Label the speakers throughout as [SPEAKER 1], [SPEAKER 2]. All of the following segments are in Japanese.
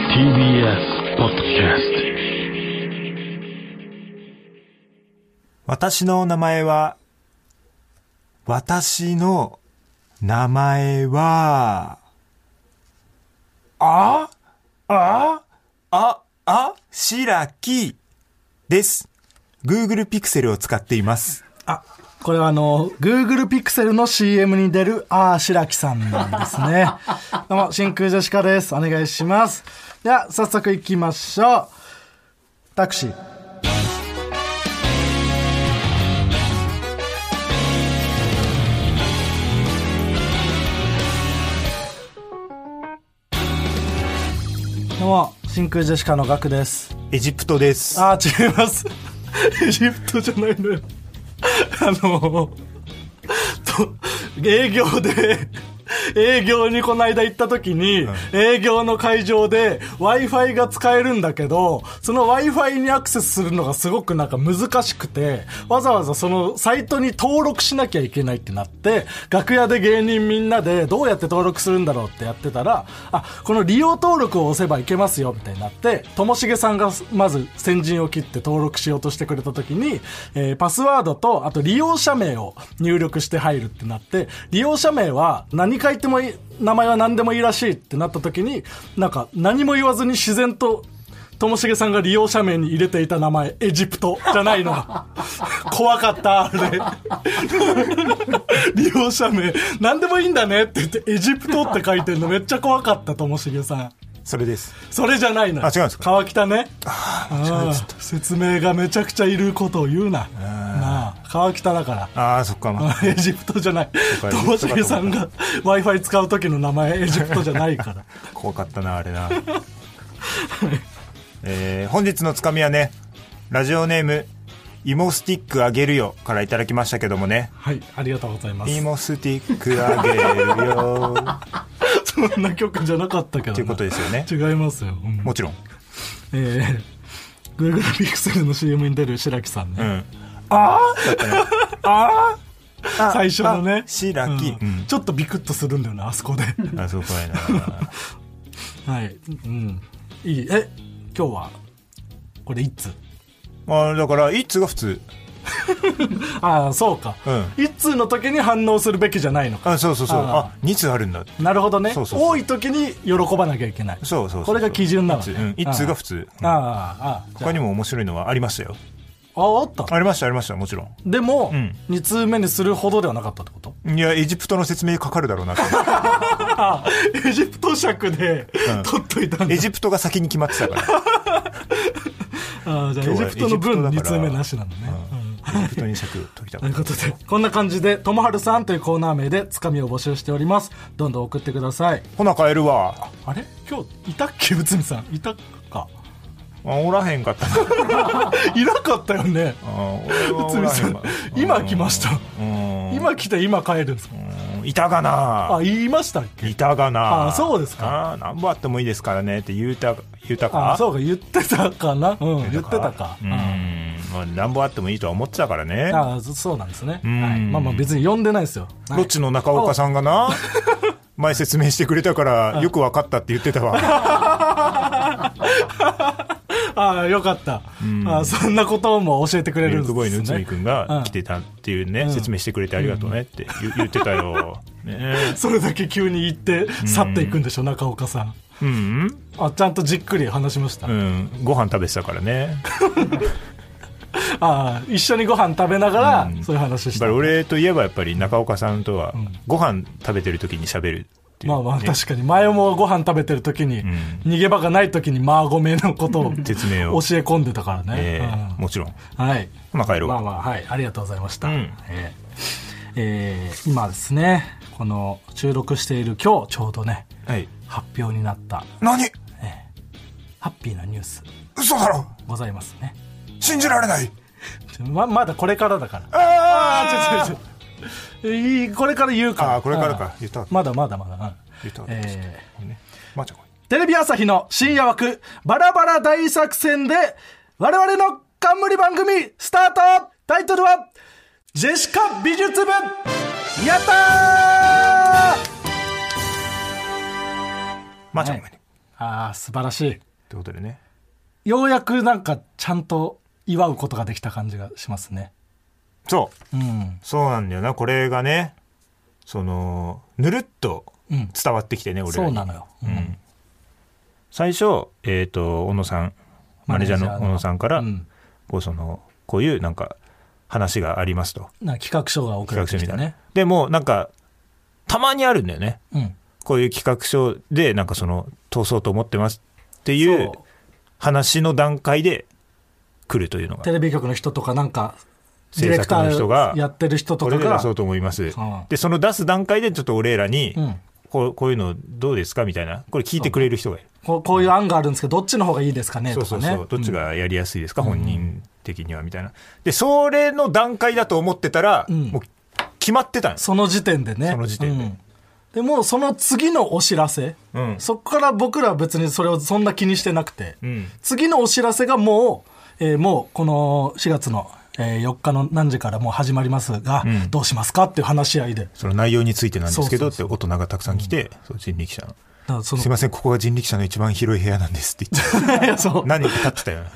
[SPEAKER 1] TBS ポッドキャスト
[SPEAKER 2] 私の名前は、私の名前は、あ、あ、あ、あ、しらきです。Google Pixel を使っています。
[SPEAKER 3] あ、これはあの、Google Pixel の CM に出る、あー、白木さんなんですね。どうも、真空ジェシカです。お願いします。では、早速行きましょう。タクシー。どうも、真空ジェシカのガクです。
[SPEAKER 2] エジプトです。
[SPEAKER 3] あー違います。エジプトじゃないのよ。あのと、営業で、営業にこの間行った時に、営業の会場で Wi-Fi が使えるんだけど、その Wi-Fi にアクセスするのがすごくなんか難しくて、わざわざそのサイトに登録しなきゃいけないってなって、楽屋で芸人みんなでどうやって登録するんだろうってやってたら、あ、この利用登録を押せばいけますよみたいになって、ともしげさんがまず先陣を切って登録しようとしてくれた時に、えーパスワードと、あと利用者名を入力して入るってなって、利用者名は何書いてもいい、名前は何でもいいらしいってなった時に、なんか何も言わずに自然と、ともしげさんが利用者名に入れていた名前、エジプトじゃないのが、 怖かった、あれ。 利用者名、何でもいいんだねって言って、エジプトって書いてるのめっちゃ怖かった、ともしげさん。
[SPEAKER 2] それです。
[SPEAKER 3] それじゃないのよ。
[SPEAKER 2] あ違うんですか
[SPEAKER 3] 川北ね。ああ説明がめちゃくちゃいることを言うな。なあ、川北だから。
[SPEAKER 2] ああ、そっか、まあ。
[SPEAKER 3] エジプトじゃない。
[SPEAKER 2] そう
[SPEAKER 3] と
[SPEAKER 2] か
[SPEAKER 3] もしげさんが Wi-Fi 使う時の名前、エジプトじゃない から。
[SPEAKER 2] 怖かったなあれな、えー本日のつかみはねラジオネーム「芋スティックあげるよ」からいただきましたけどもね
[SPEAKER 3] はい、ありがとうござ
[SPEAKER 2] 「
[SPEAKER 3] います。
[SPEAKER 2] 芋スティックあげるよ」
[SPEAKER 3] そんな曲じゃなかったけどな。
[SPEAKER 2] っていうことですよね
[SPEAKER 3] 違いますよ。うん
[SPEAKER 2] もちろん、
[SPEAKER 3] えー Google Pixel の CM に出る白木さんね。
[SPEAKER 2] うん、
[SPEAKER 3] 最初のね
[SPEAKER 2] あ白木
[SPEAKER 3] うん
[SPEAKER 2] うん
[SPEAKER 3] ちょっとビクッとするんだよなあそこで
[SPEAKER 2] あそう怖いな
[SPEAKER 3] はいうんいいえ今日はこれいつ
[SPEAKER 2] あだから「いつ」が普通
[SPEAKER 3] ああそうか、
[SPEAKER 2] う
[SPEAKER 3] 一通の時に反応するべきじゃないのか
[SPEAKER 2] あそうそうそう
[SPEAKER 3] あ
[SPEAKER 2] あ二2通あるんだ
[SPEAKER 3] なるほどね
[SPEAKER 2] そうそうそう
[SPEAKER 3] 多い時に喜ばなきゃいけない
[SPEAKER 2] そうそうそう
[SPEAKER 3] これが基準なの
[SPEAKER 2] 一通
[SPEAKER 3] ね、
[SPEAKER 2] うん、一通が普通、うん
[SPEAKER 3] ああああああじゃ
[SPEAKER 2] 他にも面白いのはありましたよ
[SPEAKER 3] あああった
[SPEAKER 2] ありましたありましたもちろん
[SPEAKER 3] でも、
[SPEAKER 2] ん
[SPEAKER 3] 二通目にするほどではなかったっ てこと
[SPEAKER 2] いやエジプトの説明かかるだろうなって
[SPEAKER 3] ああエジプト尺で、取っといたんだ
[SPEAKER 2] エジプトが先に決まってたから
[SPEAKER 3] ああじ
[SPEAKER 2] 今
[SPEAKER 3] ゃあエ
[SPEAKER 2] 日
[SPEAKER 3] ジ
[SPEAKER 2] は
[SPEAKER 3] プトの分
[SPEAKER 2] エジプトだか
[SPEAKER 3] 2
[SPEAKER 2] ら
[SPEAKER 3] 通目なしなのね、うん
[SPEAKER 2] エジプトに尺取りた
[SPEAKER 3] と
[SPEAKER 2] か
[SPEAKER 3] い
[SPEAKER 2] っ
[SPEAKER 3] うことで、こんな感じで、ともはるさんというコーナー名で、つかみを募集しております。どんどん送ってくださ
[SPEAKER 2] た。
[SPEAKER 3] い。
[SPEAKER 2] ほな帰るわ。
[SPEAKER 3] あれ今日、いたっけ内海さん。いた か。
[SPEAKER 2] あおらへんかったな。
[SPEAKER 3] いなかったよね。
[SPEAKER 2] あ俺はお
[SPEAKER 3] 内海
[SPEAKER 2] ら
[SPEAKER 3] さ
[SPEAKER 2] へん
[SPEAKER 3] ん
[SPEAKER 2] かった。
[SPEAKER 3] 今来ました。
[SPEAKER 2] うん。
[SPEAKER 3] 今来て、今帰るんですか。
[SPEAKER 2] うんいたがな
[SPEAKER 3] あ、。言いましたっけ
[SPEAKER 2] いたがな。
[SPEAKER 3] あそうですか。
[SPEAKER 2] あなんぼあってもいいですからねって言うた、言うたか。
[SPEAKER 3] あ、そうか、言ってたかな。うん、言ってたか。
[SPEAKER 2] うん。まあ、なんぼあってもいいとは思ってたからね。
[SPEAKER 3] あそそうなんですね。
[SPEAKER 2] ん
[SPEAKER 3] はい、まあまあ別に呼んでないですよ。はい
[SPEAKER 2] ロッチの中岡さんがな、 前説明してくれたから、よくわかったって言ってた わ。
[SPEAKER 3] ああ、よかった。あそんなことも教えてくれ
[SPEAKER 2] ミ
[SPEAKER 3] るん
[SPEAKER 2] ル
[SPEAKER 3] で
[SPEAKER 2] ク
[SPEAKER 3] すね。
[SPEAKER 2] ボーイの内海くんが来てたっていうね、説明してくれてありがとうねって言言ってた よ。ね
[SPEAKER 3] それだけ急に言って、去っていくんでしょ、中岡さん。
[SPEAKER 2] うん。
[SPEAKER 3] あ、ちゃんとじっくり話しました。
[SPEAKER 2] うん、ご飯食べてたからね。
[SPEAKER 3] ああ一緒にご飯食べながら、
[SPEAKER 2] うん
[SPEAKER 3] そういう話
[SPEAKER 2] や
[SPEAKER 3] し
[SPEAKER 2] っぱ
[SPEAKER 3] た
[SPEAKER 2] り俺といえばやっぱり中岡さんとは、ご飯食べてる時に喋るっていう、
[SPEAKER 3] まあまあ確かに前もご飯食べてる時に、逃げ場がない時にマーゴメのことを
[SPEAKER 2] 説明を
[SPEAKER 3] 教え込んでたからね、
[SPEAKER 2] えーもちろん。
[SPEAKER 3] うんはい
[SPEAKER 2] まあ帰ろう。
[SPEAKER 3] まあまあはいありがとうございました、
[SPEAKER 2] うん
[SPEAKER 3] えーえー今ですねこの収録している今日ちょうどね
[SPEAKER 2] はい。
[SPEAKER 3] 発表になった
[SPEAKER 2] 何
[SPEAKER 3] ハッピーなニュース
[SPEAKER 2] 嘘だろ
[SPEAKER 3] ございますね
[SPEAKER 2] 信じられない
[SPEAKER 3] ちょままだこれからだから
[SPEAKER 2] あ
[SPEAKER 3] あちょちょちょいいこれから言うから
[SPEAKER 2] あーこれからか言った
[SPEAKER 3] まだまだまだ、うん
[SPEAKER 2] 言った
[SPEAKER 3] えー
[SPEAKER 2] ーね、まー、ちゃんこれ
[SPEAKER 3] テレビ朝日の深夜枠、バラバラ大作戦で、我々の冠番組、スタートタイトルは、ジェシカ美術部やったー
[SPEAKER 2] まー、ちゃんごめんね
[SPEAKER 3] ああ、素晴らしい。
[SPEAKER 2] ということでね。
[SPEAKER 3] ようやくなんかちゃんと祝うことができた感じがしますね
[SPEAKER 2] そう。
[SPEAKER 3] うん
[SPEAKER 2] そうなんだよな。これがね、その、ぬるっと
[SPEAKER 3] うん
[SPEAKER 2] 伝わってきてね、俺ら
[SPEAKER 3] そ
[SPEAKER 2] に
[SPEAKER 3] うなのよ、う
[SPEAKER 2] うんん最初、えっ、と、小野さん、マネージャーの小野さんから、
[SPEAKER 3] うん
[SPEAKER 2] こうその、こういうなんか、話がありますと。
[SPEAKER 3] なんか企画書が送ら
[SPEAKER 2] 企
[SPEAKER 3] れ
[SPEAKER 2] 画書み
[SPEAKER 3] てき
[SPEAKER 2] た
[SPEAKER 3] て
[SPEAKER 2] いな
[SPEAKER 3] ね。
[SPEAKER 2] でも、なんか、たまにあるんだよね。
[SPEAKER 3] うん
[SPEAKER 2] こういう企画書で、なんかその、通そうと思ってますっていう
[SPEAKER 3] そ
[SPEAKER 2] 話の段階で来るというのが
[SPEAKER 3] う。テレビ局の人とかなんかディ
[SPEAKER 2] 制
[SPEAKER 3] レクタ
[SPEAKER 2] 作の人が
[SPEAKER 3] ーやってる人と
[SPEAKER 2] こ
[SPEAKER 3] か
[SPEAKER 2] れで出
[SPEAKER 3] が
[SPEAKER 2] そうと思います
[SPEAKER 3] ん。
[SPEAKER 2] で、その出す段階でちょっと俺らに、
[SPEAKER 3] うん
[SPEAKER 2] こうこういうのどうですかみたいな。これ聞いてくれる人がいる。
[SPEAKER 3] こうこういう案があるんですけどどっちの方がいいですかね
[SPEAKER 2] そ
[SPEAKER 3] と
[SPEAKER 2] うそ
[SPEAKER 3] か
[SPEAKER 2] う
[SPEAKER 3] ね
[SPEAKER 2] そう。どっちがやりやすいですか、
[SPEAKER 3] うん
[SPEAKER 2] 本人的には、みたいな。で、それの段階だと思ってたら、
[SPEAKER 3] うん
[SPEAKER 2] もう決まってたんです。
[SPEAKER 3] その時点でね
[SPEAKER 2] その時点で
[SPEAKER 3] うんでもうその次のお知らせ、
[SPEAKER 2] うん
[SPEAKER 3] そこから僕らは別にそれをそんな気にしてなくて、
[SPEAKER 2] うん
[SPEAKER 3] 次のお知らせがもう、えーもうこの4月の、えー4日の何時からもう始まりますが、
[SPEAKER 2] ん
[SPEAKER 3] どうしますかっていう話し合いで
[SPEAKER 2] その内容についてなんですけど
[SPEAKER 3] そ
[SPEAKER 2] っ
[SPEAKER 3] う
[SPEAKER 2] て大人がたくさん来て、そう人力車の。
[SPEAKER 3] だからその
[SPEAKER 2] すいません、ここが人力車の一番広い部屋なんですって言 って、
[SPEAKER 3] いやそう
[SPEAKER 2] 何人か立ってたよな。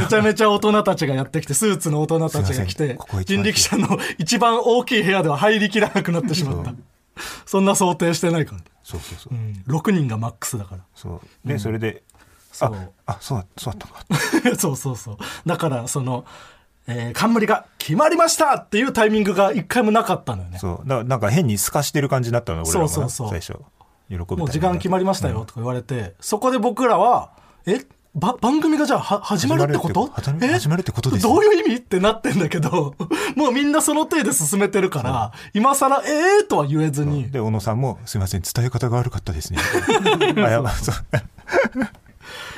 [SPEAKER 3] めちゃめちゃ大人たちがやってきてスーツの大人たちが来
[SPEAKER 2] すいません
[SPEAKER 3] て
[SPEAKER 2] ここが一
[SPEAKER 3] 人
[SPEAKER 2] 番
[SPEAKER 3] 力車の一番大きい部屋では入りきらなくなってしまった
[SPEAKER 2] そう
[SPEAKER 3] そんな想定してないから、
[SPEAKER 2] そうそうそう
[SPEAKER 3] う。ん、6人がマックスだから
[SPEAKER 2] そうで、それで、
[SPEAKER 3] そ
[SPEAKER 2] あ
[SPEAKER 3] う、
[SPEAKER 2] あ、そうだ、そうだったのか。
[SPEAKER 3] そうそうそう。だから、その、えー冠が決まりましたっていうタイミングが一回もなかったのよね。
[SPEAKER 2] そう。だからなんか変に透かしてる感じになったの、俺らがな。
[SPEAKER 3] そうそうそ
[SPEAKER 2] 最
[SPEAKER 3] う
[SPEAKER 2] 初。喜ぶ。
[SPEAKER 3] もう時間決まりましたよとか言われて、そこで僕らは、えば番組がじゃあは始まるってこと
[SPEAKER 2] 始まるってこと始まる
[SPEAKER 3] え
[SPEAKER 2] 始まるってことです
[SPEAKER 3] どういう意味ってなってんだけど、 もうみんなその程で進めてるから、今更ええー、とは言えずに、
[SPEAKER 2] で、小野さんも、すいません、伝え方が悪かったですね。 あ、やば、そう。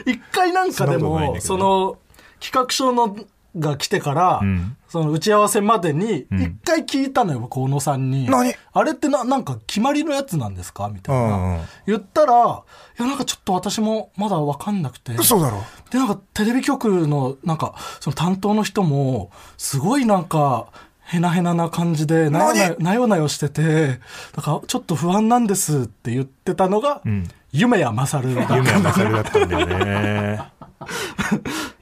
[SPEAKER 3] 一回なんかで
[SPEAKER 2] そんなことないんだけ
[SPEAKER 3] も
[SPEAKER 2] どね
[SPEAKER 3] その企画書のが来てから、
[SPEAKER 2] ん
[SPEAKER 3] その打ち合わせまでに
[SPEAKER 2] ん
[SPEAKER 3] 一回聞いたのよ、僕小野さんに
[SPEAKER 2] 何
[SPEAKER 3] あれってななんか決まりのやつなんですか?」みた
[SPEAKER 2] う
[SPEAKER 3] いな、
[SPEAKER 2] んうん。
[SPEAKER 3] 言ったら「いやなんかちょっと私もまだ分かんなくて」
[SPEAKER 2] 嘘だろ。
[SPEAKER 3] でなんかテレビ局のなんかその担当の人もすごいなんかへなへなな感じでなよなよなよなよしててなんかちょっと不安なんですって言ってたのが、
[SPEAKER 2] ん
[SPEAKER 3] 夢やまさるだった
[SPEAKER 2] 夢はまさるだったんだ よね。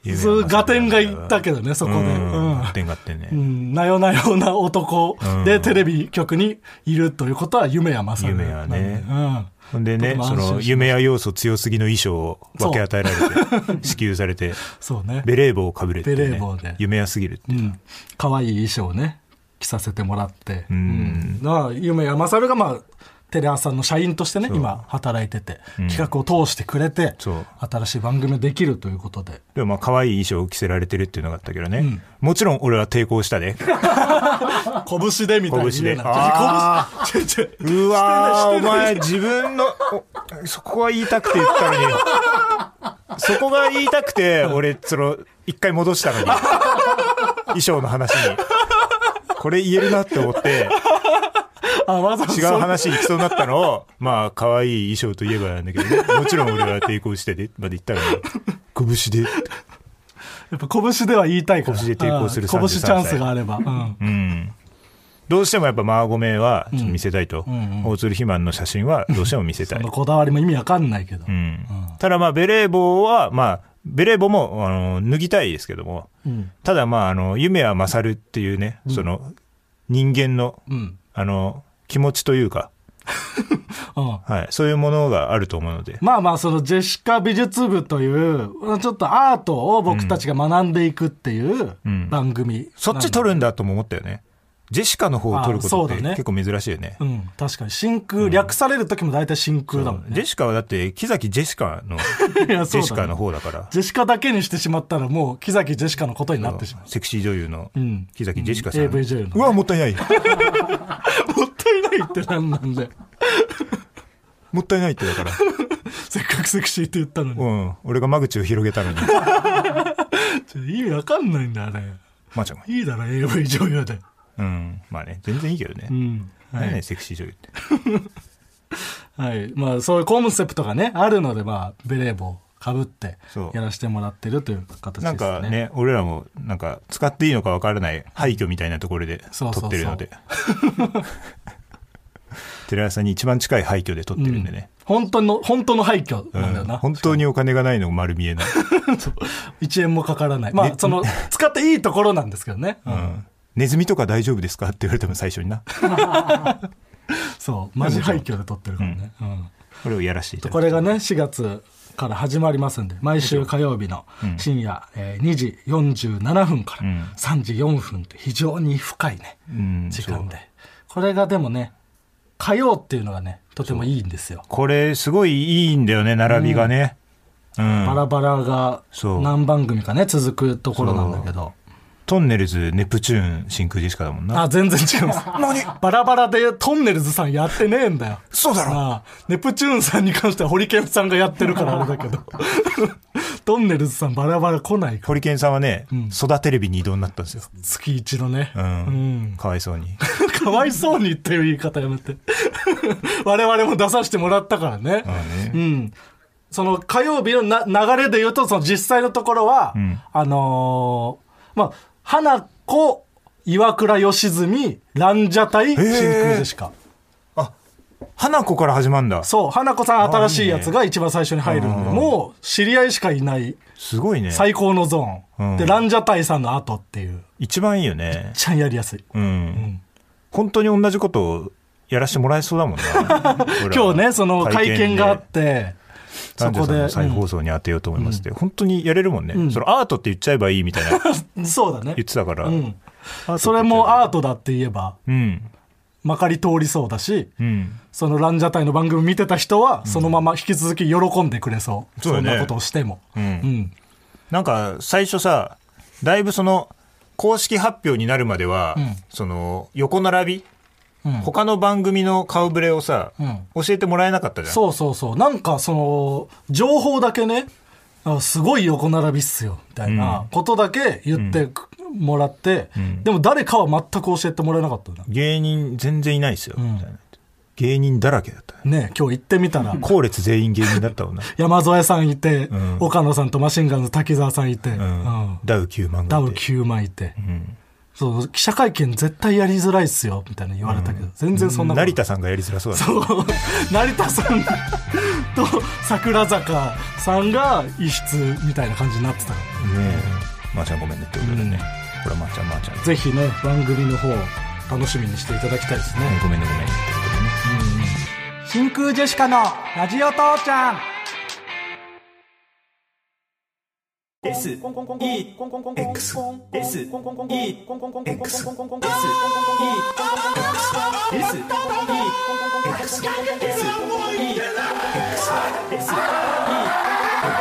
[SPEAKER 2] 夢
[SPEAKER 3] そう
[SPEAKER 2] はまさるだった
[SPEAKER 3] 合点がいったけどねそこで
[SPEAKER 2] うん
[SPEAKER 3] うん
[SPEAKER 2] 合点があってね
[SPEAKER 3] う。ん、なよなよな男
[SPEAKER 2] う
[SPEAKER 3] で
[SPEAKER 2] ん
[SPEAKER 3] テレビ局にいるということは夢やまさる
[SPEAKER 2] 夢やね
[SPEAKER 3] うん、
[SPEAKER 2] ほんでね
[SPEAKER 3] とて、も安
[SPEAKER 2] そ
[SPEAKER 3] 心しま
[SPEAKER 2] の、
[SPEAKER 3] した
[SPEAKER 2] 夢や要素強すぎの衣装を分け与えられ て、支給されて、
[SPEAKER 3] そうね
[SPEAKER 2] ベレー帽をかぶれてね、
[SPEAKER 3] ベレー帽で
[SPEAKER 2] 夢やすぎるって
[SPEAKER 3] う
[SPEAKER 2] いう。
[SPEAKER 3] ん、可愛い衣装をね着させてもらって、
[SPEAKER 2] ん
[SPEAKER 3] うんまあ夢やまさるが、まあ、テレ朝の社員としてね今働いてて、企画を通してくれて
[SPEAKER 2] そう
[SPEAKER 3] 新しい番組できるということで
[SPEAKER 2] でもまあ可愛い衣装を着せられてるっていうのがあったけどね。
[SPEAKER 3] ん
[SPEAKER 2] もちろん俺は抵抗したね。
[SPEAKER 3] 拳でみたいに言
[SPEAKER 2] 拳
[SPEAKER 3] うな
[SPEAKER 2] であ
[SPEAKER 3] ちょ いちょいちょいう
[SPEAKER 2] わー、
[SPEAKER 3] し
[SPEAKER 2] お
[SPEAKER 3] てない
[SPEAKER 2] 前 自分の、おそこは言いたくて言ったのに。そこが言いたくて、俺、その、一回戻したのに。衣装の話に。これ言えるなって思って、
[SPEAKER 3] あわざわざ
[SPEAKER 2] 違う話に行きそうになったのを、 まあ、可愛い衣装といえばなんだけどね。もちろん俺は抵抗してで、まで言ったのに。拳で。
[SPEAKER 3] やっぱ拳では言いたいから
[SPEAKER 2] 拳で抵抗する33
[SPEAKER 3] うん拳チャンス
[SPEAKER 2] 歳
[SPEAKER 3] があれば、うん
[SPEAKER 2] うん。どうしてもやっぱマーゴメはちょっと見せたいと。
[SPEAKER 3] んうんうん
[SPEAKER 2] 大鶴肥満の写真はどうしても見せた
[SPEAKER 3] そ
[SPEAKER 2] い
[SPEAKER 3] の。こだわりも意味わかんないけど、
[SPEAKER 2] うんただまあベレー帽は、まあ、ベレー帽も、あの、脱ぎたいですけども、
[SPEAKER 3] うん
[SPEAKER 2] ただまあ、あの、夢は勝るっていうね、その、人間の、
[SPEAKER 3] うん
[SPEAKER 2] あの、気持ちというか、
[SPEAKER 3] うん
[SPEAKER 2] はい、そういうものがあると思うので、
[SPEAKER 3] まあまあ、そのジェシカ美術部という、ちょっとアートを僕たちが学んでいくっていう
[SPEAKER 2] うん
[SPEAKER 3] 番組、
[SPEAKER 2] そっち撮るんだとも思ったよね。ジェシカの方を撮ることっ
[SPEAKER 3] あ
[SPEAKER 2] て
[SPEAKER 3] そうだね
[SPEAKER 2] 結構珍しいよね。
[SPEAKER 3] うん、確かに真空、略される時も大体真空だもん
[SPEAKER 2] ジ
[SPEAKER 3] ね。
[SPEAKER 2] ェシカはだって、木崎ジェシカの、
[SPEAKER 3] いや
[SPEAKER 2] ジ
[SPEAKER 3] そうだね
[SPEAKER 2] ェシカの方だから、
[SPEAKER 3] ジェシカだけにしてしまったらもう、木崎ジェシカのことになってしまう。
[SPEAKER 2] セクシー女優の
[SPEAKER 3] ん
[SPEAKER 2] 木崎ジェシカさん。
[SPEAKER 3] うん AV 女優のね
[SPEAKER 2] うわ、もったいない。
[SPEAKER 3] もったいないってなんなんで。
[SPEAKER 2] もったいないってだから。
[SPEAKER 3] せっかくセクシーって言ったのに。
[SPEAKER 2] うん。俺が間口を広げたのに。
[SPEAKER 3] ちょ意味わかんないんだ、あれ。
[SPEAKER 2] まあちゃんが
[SPEAKER 3] いいだろ、AV 女優で。
[SPEAKER 2] うん。まあね、全然いいけどね。
[SPEAKER 3] うん。は
[SPEAKER 2] 何ね
[SPEAKER 3] い。
[SPEAKER 2] セクシー女優って。
[SPEAKER 3] はい。まあ、そういうコンセプトがね、あるので、まあ、ベレー帽かぶって
[SPEAKER 2] そう、
[SPEAKER 3] やらせてもらってるという形ですね。
[SPEAKER 2] なんかね、俺らも、なんか、使っていいのかわからない廃墟みたいなところで
[SPEAKER 3] そうそ
[SPEAKER 2] 撮
[SPEAKER 3] うそう
[SPEAKER 2] ってるので。寺田さんに一番近い廃墟で撮ってるんでね。
[SPEAKER 3] 本当の、本当の廃墟
[SPEAKER 2] う
[SPEAKER 3] なんだよ
[SPEAKER 2] ん
[SPEAKER 3] な。
[SPEAKER 2] 本当にお金がないの丸 見えない。
[SPEAKER 3] 1円もかからない。まあ、その、使っていいところなんですけどね。
[SPEAKER 2] うんネズミとか大丈夫ですかって言われても最 初にな。
[SPEAKER 3] そう。マジ廃墟で撮ってるからね。うん
[SPEAKER 2] これをやらせていただ
[SPEAKER 3] こ
[SPEAKER 2] く。
[SPEAKER 3] れがね、4月から始まりますんで、毎週火曜日の深夜、えー2時47分から
[SPEAKER 2] うん
[SPEAKER 3] 3時4分って非常に深いね、
[SPEAKER 2] うん
[SPEAKER 3] 時
[SPEAKER 2] そう
[SPEAKER 3] 間で。これがでもね、火曜っていうのがね、とてもいいんですよ。
[SPEAKER 2] これすごいいいんだよね、並びがね。うん
[SPEAKER 3] バラバラが
[SPEAKER 2] そう
[SPEAKER 3] 何番組かね、続くところなんだけど。
[SPEAKER 2] トンネルズ、ネプチューン、真空ジェシカだもんな。
[SPEAKER 3] あ、全然違い ます。バラバラでトンネルズさんやってねえんだよ。
[SPEAKER 2] そうだろ
[SPEAKER 3] ああネプチューンさんに関してはホリケンさんがやってるからあれ だけど。トンネルズさんバラバラ来ないから。
[SPEAKER 2] ホリケンさんはね、育テレビに移動になったんですよ。
[SPEAKER 3] 月一のね。
[SPEAKER 2] うん。
[SPEAKER 3] うん
[SPEAKER 2] かわいそう に。
[SPEAKER 3] かわいそうにっていう言い方やめて。 我々も出させてもらったからね。うん。その火曜日のな流れで言うと、その実際のところは、
[SPEAKER 2] ん
[SPEAKER 3] あのーまあ、花子、岩倉良純、ランジャタイ、真空ジェシカ。
[SPEAKER 2] 花子から始まるんだ。
[SPEAKER 3] そう、花子さん新しいやつが一番最初に入るんで、もう知り合いしかいない
[SPEAKER 2] すごいね。
[SPEAKER 3] 最高のゾーン。
[SPEAKER 2] うん
[SPEAKER 3] で、ランジャタイさんの後っていう、
[SPEAKER 2] 一番いいよね。
[SPEAKER 3] ちゃんやりやすい。
[SPEAKER 2] うん。本当に同じことをやらせてもらえそうだもんな。
[SPEAKER 3] 今日ね、その会見があっ
[SPEAKER 2] で
[SPEAKER 3] て、そこ
[SPEAKER 2] 男女
[SPEAKER 3] で
[SPEAKER 2] さんの、再放送に当てようと思いますって、本当にやれるもんね、そのアートって言っちゃえばいいみたいな言
[SPEAKER 3] うんそうだね。
[SPEAKER 2] ってたから、
[SPEAKER 3] うん
[SPEAKER 2] アートって言っちゃえば
[SPEAKER 3] それもアートだって言えば、
[SPEAKER 2] うん
[SPEAKER 3] まかり通りそうだし、
[SPEAKER 2] うん
[SPEAKER 3] そのランジャタイの番組見てた人は、そのまま引き続き喜んでくれそう。
[SPEAKER 2] そうだね
[SPEAKER 3] んなことをしても。
[SPEAKER 2] うん
[SPEAKER 3] うん。
[SPEAKER 2] なんか最初さだいぶその公式発表になるまでは、
[SPEAKER 3] ん
[SPEAKER 2] その横並び、
[SPEAKER 3] うん
[SPEAKER 2] 他の番組の顔ぶれをさ、
[SPEAKER 3] う
[SPEAKER 2] 教えてもらえなかったじゃん
[SPEAKER 3] そうそうそう。なんかその、情報だけね、あすごい横並びっすよ、みたいなことだけ言ってくもらって、でも誰かは全く教えてもらえなかったな。
[SPEAKER 2] 芸人全然いないですよ、みたいな芸人だらけだったね
[SPEAKER 3] ね今日行ってみたら、
[SPEAKER 2] 後列全員芸人だったもんな、
[SPEAKER 3] 山添さんいて、
[SPEAKER 2] ん
[SPEAKER 3] 岡野さんとマシンガンズ滝沢さんいて、
[SPEAKER 2] うん
[SPEAKER 3] うん
[SPEAKER 2] ダウ9万
[SPEAKER 3] ダ
[SPEAKER 2] が
[SPEAKER 3] ウ
[SPEAKER 2] いて
[SPEAKER 3] 9万いて、
[SPEAKER 2] ん
[SPEAKER 3] そう記者会見絶対やりづらいっすよみたいな言われたけど、全然そんなこと
[SPEAKER 2] 成田さんがやりづらそうだった
[SPEAKER 3] そう成田さんと桜坂さんが異質みたいな感じになってたから
[SPEAKER 2] ねえまー、ちゃんごめんねってことでね、これはまー、ちゃんまー、ちゃん、
[SPEAKER 3] ぜひね番組の方楽しみにしていただきたいですね、
[SPEAKER 2] ごめんねごめんねってことでね
[SPEAKER 3] 真空ジェシカのラジオ父ちゃん
[SPEAKER 4] S E X S E X S E X S E X S E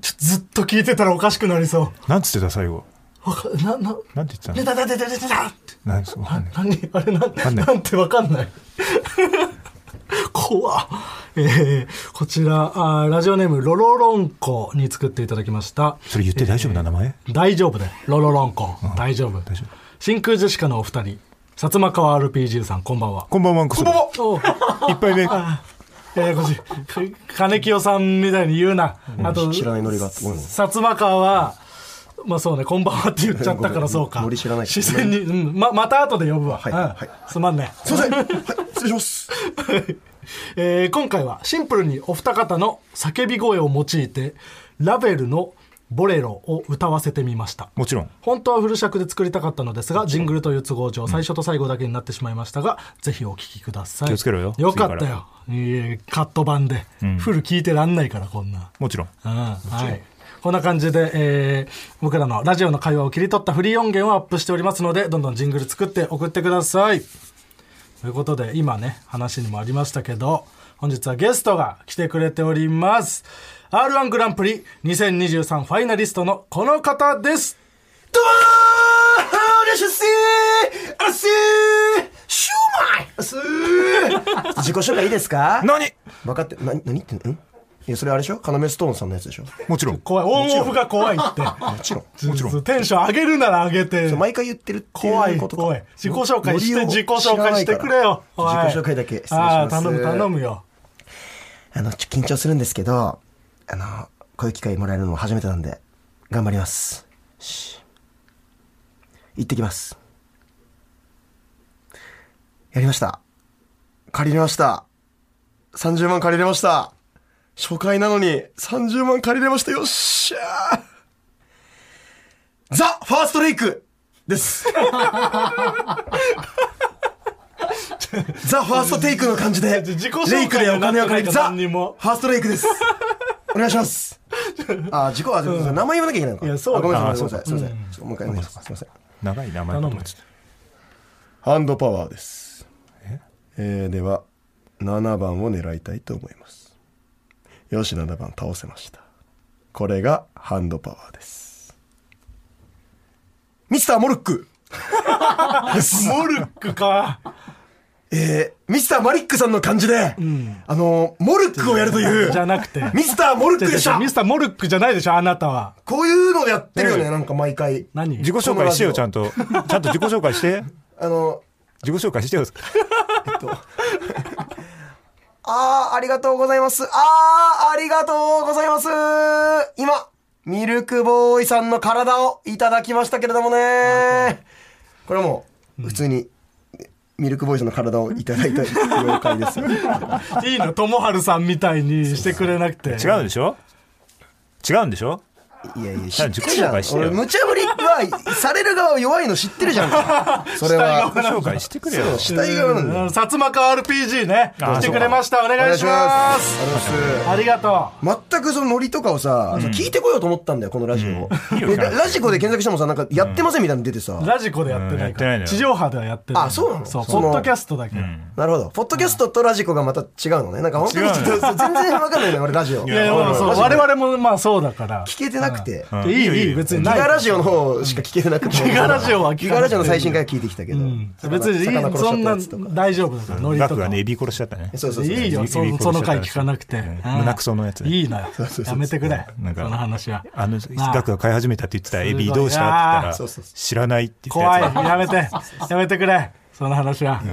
[SPEAKER 3] ちょずっと聞いてたらおかしくなりそ
[SPEAKER 2] なんつってた最後
[SPEAKER 3] うわかなな
[SPEAKER 2] なんて言って
[SPEAKER 3] ね
[SPEAKER 2] たの
[SPEAKER 3] だだだだだだだって
[SPEAKER 2] なんすわかんない
[SPEAKER 3] 何あれなん
[SPEAKER 2] んない
[SPEAKER 3] なんてわかんない。怖っえー、こちらあー、ラジオネーム、ロロロンコに作っていただきました。
[SPEAKER 2] それ言って大丈夫な名前
[SPEAKER 3] 大丈夫だよ。ロロロンコ。大丈夫。
[SPEAKER 2] 大丈夫
[SPEAKER 3] 真空ジェシカのお二人、薩摩川 RPG さん、こんばんは。
[SPEAKER 2] こんばんはこんばんは
[SPEAKER 3] おう
[SPEAKER 2] 一杯目
[SPEAKER 3] ややこしい。金清さんみたいに言うな。あと、
[SPEAKER 4] 知らないノリがあってごめん
[SPEAKER 3] 薩摩川は、まあそうね、こんばんはって言っちゃったからそうか。
[SPEAKER 4] ノリ知らない
[SPEAKER 3] 自然に、うん、ま、また後で呼ぶわ。
[SPEAKER 4] はい
[SPEAKER 3] うん
[SPEAKER 4] はい
[SPEAKER 3] すまんね。
[SPEAKER 4] すいませんはい失礼します
[SPEAKER 3] えー今回はシンプルにお二方の叫び声を用いてラベルの「ボレロ」を歌わせてみました
[SPEAKER 2] もちろん
[SPEAKER 3] 本当はフル尺で作りたかったのですがジングルという都合上最初と最後だけになってしまいましたが、ぜひお聞きください
[SPEAKER 2] 気をつけろよ
[SPEAKER 3] よかったよいいえカット版で、フル聞いてらんないからこんな
[SPEAKER 2] もちろん
[SPEAKER 3] うんはい。こんな感じで、えー僕らのラジオの会話を切り取ったフリー音源をアップしておりますので、どんどんジングル作って送ってください。ということで、今ね、話にもありましたけど、本日はゲストが来てくれております。R1 グランプリ2023ファイナリストのこの方です。
[SPEAKER 4] どうもーらっしゃいませーあっせーシューマイあっせー自己紹介いいですか
[SPEAKER 2] 何
[SPEAKER 4] 分かって、な、何言ってんのんいやそれあれでしょ要ストーンさんのやつでしょ
[SPEAKER 2] もちろん。
[SPEAKER 3] 怖い。オンオフが怖いって。
[SPEAKER 4] もちろん
[SPEAKER 2] もちろん。
[SPEAKER 3] テンション上げるなら上げて。
[SPEAKER 4] 毎回言ってるって
[SPEAKER 3] 怖
[SPEAKER 4] い
[SPEAKER 3] いう
[SPEAKER 4] ことか
[SPEAKER 3] 怖い。自己紹介し
[SPEAKER 4] ノ
[SPEAKER 3] て
[SPEAKER 4] リを
[SPEAKER 3] 自己紹介してくれよ。
[SPEAKER 4] 知らないか
[SPEAKER 3] お
[SPEAKER 4] ら
[SPEAKER 3] い
[SPEAKER 4] 自己紹介だけ失礼します
[SPEAKER 3] ああ、頼む頼むよ。
[SPEAKER 4] あのちょ緊張するんですけどあのこういう機会もらえるのも初めてなんで頑張りますし行ってきますやりました借りれました30万借りれました初回なのに30万借りれましたよっしゃーザ・ファーストレイクです。ザ・ファーストテイクの感じで、
[SPEAKER 3] ちょ 自己紹介
[SPEAKER 4] レイクでお金を借りるザ・フ
[SPEAKER 3] 何に
[SPEAKER 4] ァ
[SPEAKER 3] も
[SPEAKER 4] ーストレイクです。お願い します。あ、自己、あ、名前言わなきゃいけないのか。
[SPEAKER 3] いやそうだ
[SPEAKER 4] あごめんな
[SPEAKER 2] あ
[SPEAKER 4] さ
[SPEAKER 2] そ
[SPEAKER 4] い、
[SPEAKER 2] う
[SPEAKER 4] ごめん
[SPEAKER 2] だ
[SPEAKER 4] なさい。すいません。ちょっともう一回お願いします。すいません。
[SPEAKER 2] 長い名前
[SPEAKER 3] 頼む。
[SPEAKER 4] ハンドパワーです。えーでは、7番を狙いたいと思います。よし、7番倒せました。これがハンドパワーです。ミスターモルックで す
[SPEAKER 3] モルックか。
[SPEAKER 4] えーミスターマリックさんの感じで、あのーモルックをやるという、
[SPEAKER 3] じゃなくて。
[SPEAKER 4] ミスターモルックでし
[SPEAKER 3] 違う違
[SPEAKER 4] た
[SPEAKER 3] うミスターモルックじゃないでしょ、あなたは。
[SPEAKER 4] こういうのでやってるよね、なんか毎回。
[SPEAKER 3] 何
[SPEAKER 2] 自己紹介してよ、ちゃんと。ちゃんと自己紹介して。
[SPEAKER 4] あの、
[SPEAKER 2] 自己紹介してよ。
[SPEAKER 4] あー、ありがとうございます。あー、ありがとうございます。今、ミルクボーイさんの体をいただきましたけれどもね。これはもう、普通に、ミルクボーイさんの体をいただいた妖怪ですよ。
[SPEAKER 3] いいの、ともはるさんみたいにしてくれなくて。
[SPEAKER 2] 違うんでしょ違うんでしょ
[SPEAKER 4] いやいや、知
[SPEAKER 2] さあ
[SPEAKER 4] ってる
[SPEAKER 2] 自己
[SPEAKER 4] じ
[SPEAKER 2] 紹
[SPEAKER 4] ゃん
[SPEAKER 2] 介。してよ
[SPEAKER 4] 俺、無茶ぶりは、される側弱いの知ってるじゃ んか。それは。
[SPEAKER 2] 自己紹介してくれよ。
[SPEAKER 4] 死体側なんだよ。
[SPEAKER 3] 薩摩川 RPG ね。
[SPEAKER 2] あー
[SPEAKER 3] 来てくれました。お
[SPEAKER 4] お
[SPEAKER 3] 願いします。
[SPEAKER 4] 願いします。
[SPEAKER 3] ありがと
[SPEAKER 4] 全くそのノリとかをさ、聞いてこようと思ったんだよ、このラジオを。
[SPEAKER 2] いいよ
[SPEAKER 4] で
[SPEAKER 2] 考え
[SPEAKER 4] ラ
[SPEAKER 2] て
[SPEAKER 4] ジコで検索してもさ、なんかやってませんみたいなの出てさ
[SPEAKER 3] う。。ラジコでやってな
[SPEAKER 2] う
[SPEAKER 3] いか
[SPEAKER 2] んやってないの
[SPEAKER 3] ら。
[SPEAKER 2] よ
[SPEAKER 3] 地上波ではやってない。
[SPEAKER 4] あそうなの
[SPEAKER 3] そう、
[SPEAKER 4] その
[SPEAKER 3] ポッドキャストだけ。
[SPEAKER 4] なるほど。ポッドキャストとラジコがまた違うのね。なんか本当にちょっと全然わかんないね、俺ラジオ。
[SPEAKER 3] いや、で
[SPEAKER 2] わか
[SPEAKER 3] も
[SPEAKER 2] る
[SPEAKER 3] そう、
[SPEAKER 2] わか
[SPEAKER 3] 我々もまあそうだから。
[SPEAKER 4] 聞けてなくて。
[SPEAKER 3] いいよいいよ、別
[SPEAKER 4] ギ
[SPEAKER 3] にない。
[SPEAKER 4] ガラジオの方しか聞けてなくて。
[SPEAKER 3] ギガラジオは聞かなくていい
[SPEAKER 4] ギガラジオの最新回は聞いてきたけど。
[SPEAKER 3] 別にい
[SPEAKER 4] 魚
[SPEAKER 3] い、
[SPEAKER 4] 殺しち
[SPEAKER 3] そ
[SPEAKER 4] ゃっ
[SPEAKER 3] ん
[SPEAKER 4] た
[SPEAKER 3] な
[SPEAKER 4] やつとか
[SPEAKER 3] 大丈夫だから、ノリ
[SPEAKER 2] ガ
[SPEAKER 3] と
[SPEAKER 2] クが
[SPEAKER 3] か。
[SPEAKER 2] ね、エビ殺しちゃったね。
[SPEAKER 4] そうそうそう。
[SPEAKER 3] いいよ、
[SPEAKER 2] エビ
[SPEAKER 3] そ
[SPEAKER 2] エビ殺しちゃった
[SPEAKER 3] その回聞かなくて。
[SPEAKER 2] うん胸くそのやつね
[SPEAKER 3] いいのよ
[SPEAKER 4] うそう。そう
[SPEAKER 3] やめてくれ。
[SPEAKER 2] なん
[SPEAKER 3] そ
[SPEAKER 2] か
[SPEAKER 3] の話は。
[SPEAKER 2] あの、
[SPEAKER 3] なあ
[SPEAKER 2] ガクが飼い始めたって言ってたエビ
[SPEAKER 3] すごい
[SPEAKER 2] どうしたって言った
[SPEAKER 4] そう
[SPEAKER 2] ら
[SPEAKER 4] そうそう、
[SPEAKER 2] 知らないって言った
[SPEAKER 3] 怖い。
[SPEAKER 2] やつ
[SPEAKER 3] やめて。やめてくれ。その話は。う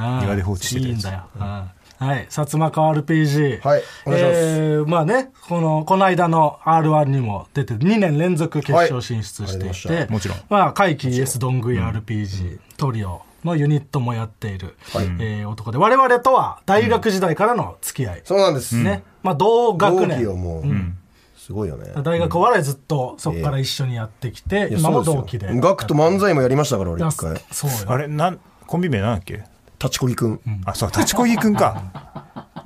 [SPEAKER 3] ん
[SPEAKER 2] 庭で放置してた
[SPEAKER 3] いい
[SPEAKER 2] やつ
[SPEAKER 3] んだよ。うんはい。薩摩川 RPG。
[SPEAKER 4] はいお願いします
[SPEAKER 3] えーまあね、この、この間の R1 にも出て、2年連続決勝進出してい
[SPEAKER 4] はいあ
[SPEAKER 3] て、
[SPEAKER 2] もちろん
[SPEAKER 3] まあ、怪奇 ES どんぐい RPG トリオのユニットもやっている、えー男で、我々とは大学時代からの付き合い。
[SPEAKER 4] そうなんです。
[SPEAKER 3] ね。まあ、同学
[SPEAKER 4] 同期を
[SPEAKER 3] 年。
[SPEAKER 4] もう、すごいよね。
[SPEAKER 3] 大学お笑いずっとそこから一緒にやってきて、
[SPEAKER 4] いや
[SPEAKER 3] 今も
[SPEAKER 4] そう
[SPEAKER 3] 同
[SPEAKER 4] です
[SPEAKER 3] 期
[SPEAKER 4] よ
[SPEAKER 3] で。
[SPEAKER 4] ガクと漫才もやりましたから、俺
[SPEAKER 3] あ
[SPEAKER 4] 一回。
[SPEAKER 3] そうよ。
[SPEAKER 2] あれ、なん、コンビ名なんだっけ
[SPEAKER 4] 立ちこぎくん。
[SPEAKER 2] あ、そう、立ちこぎくんか。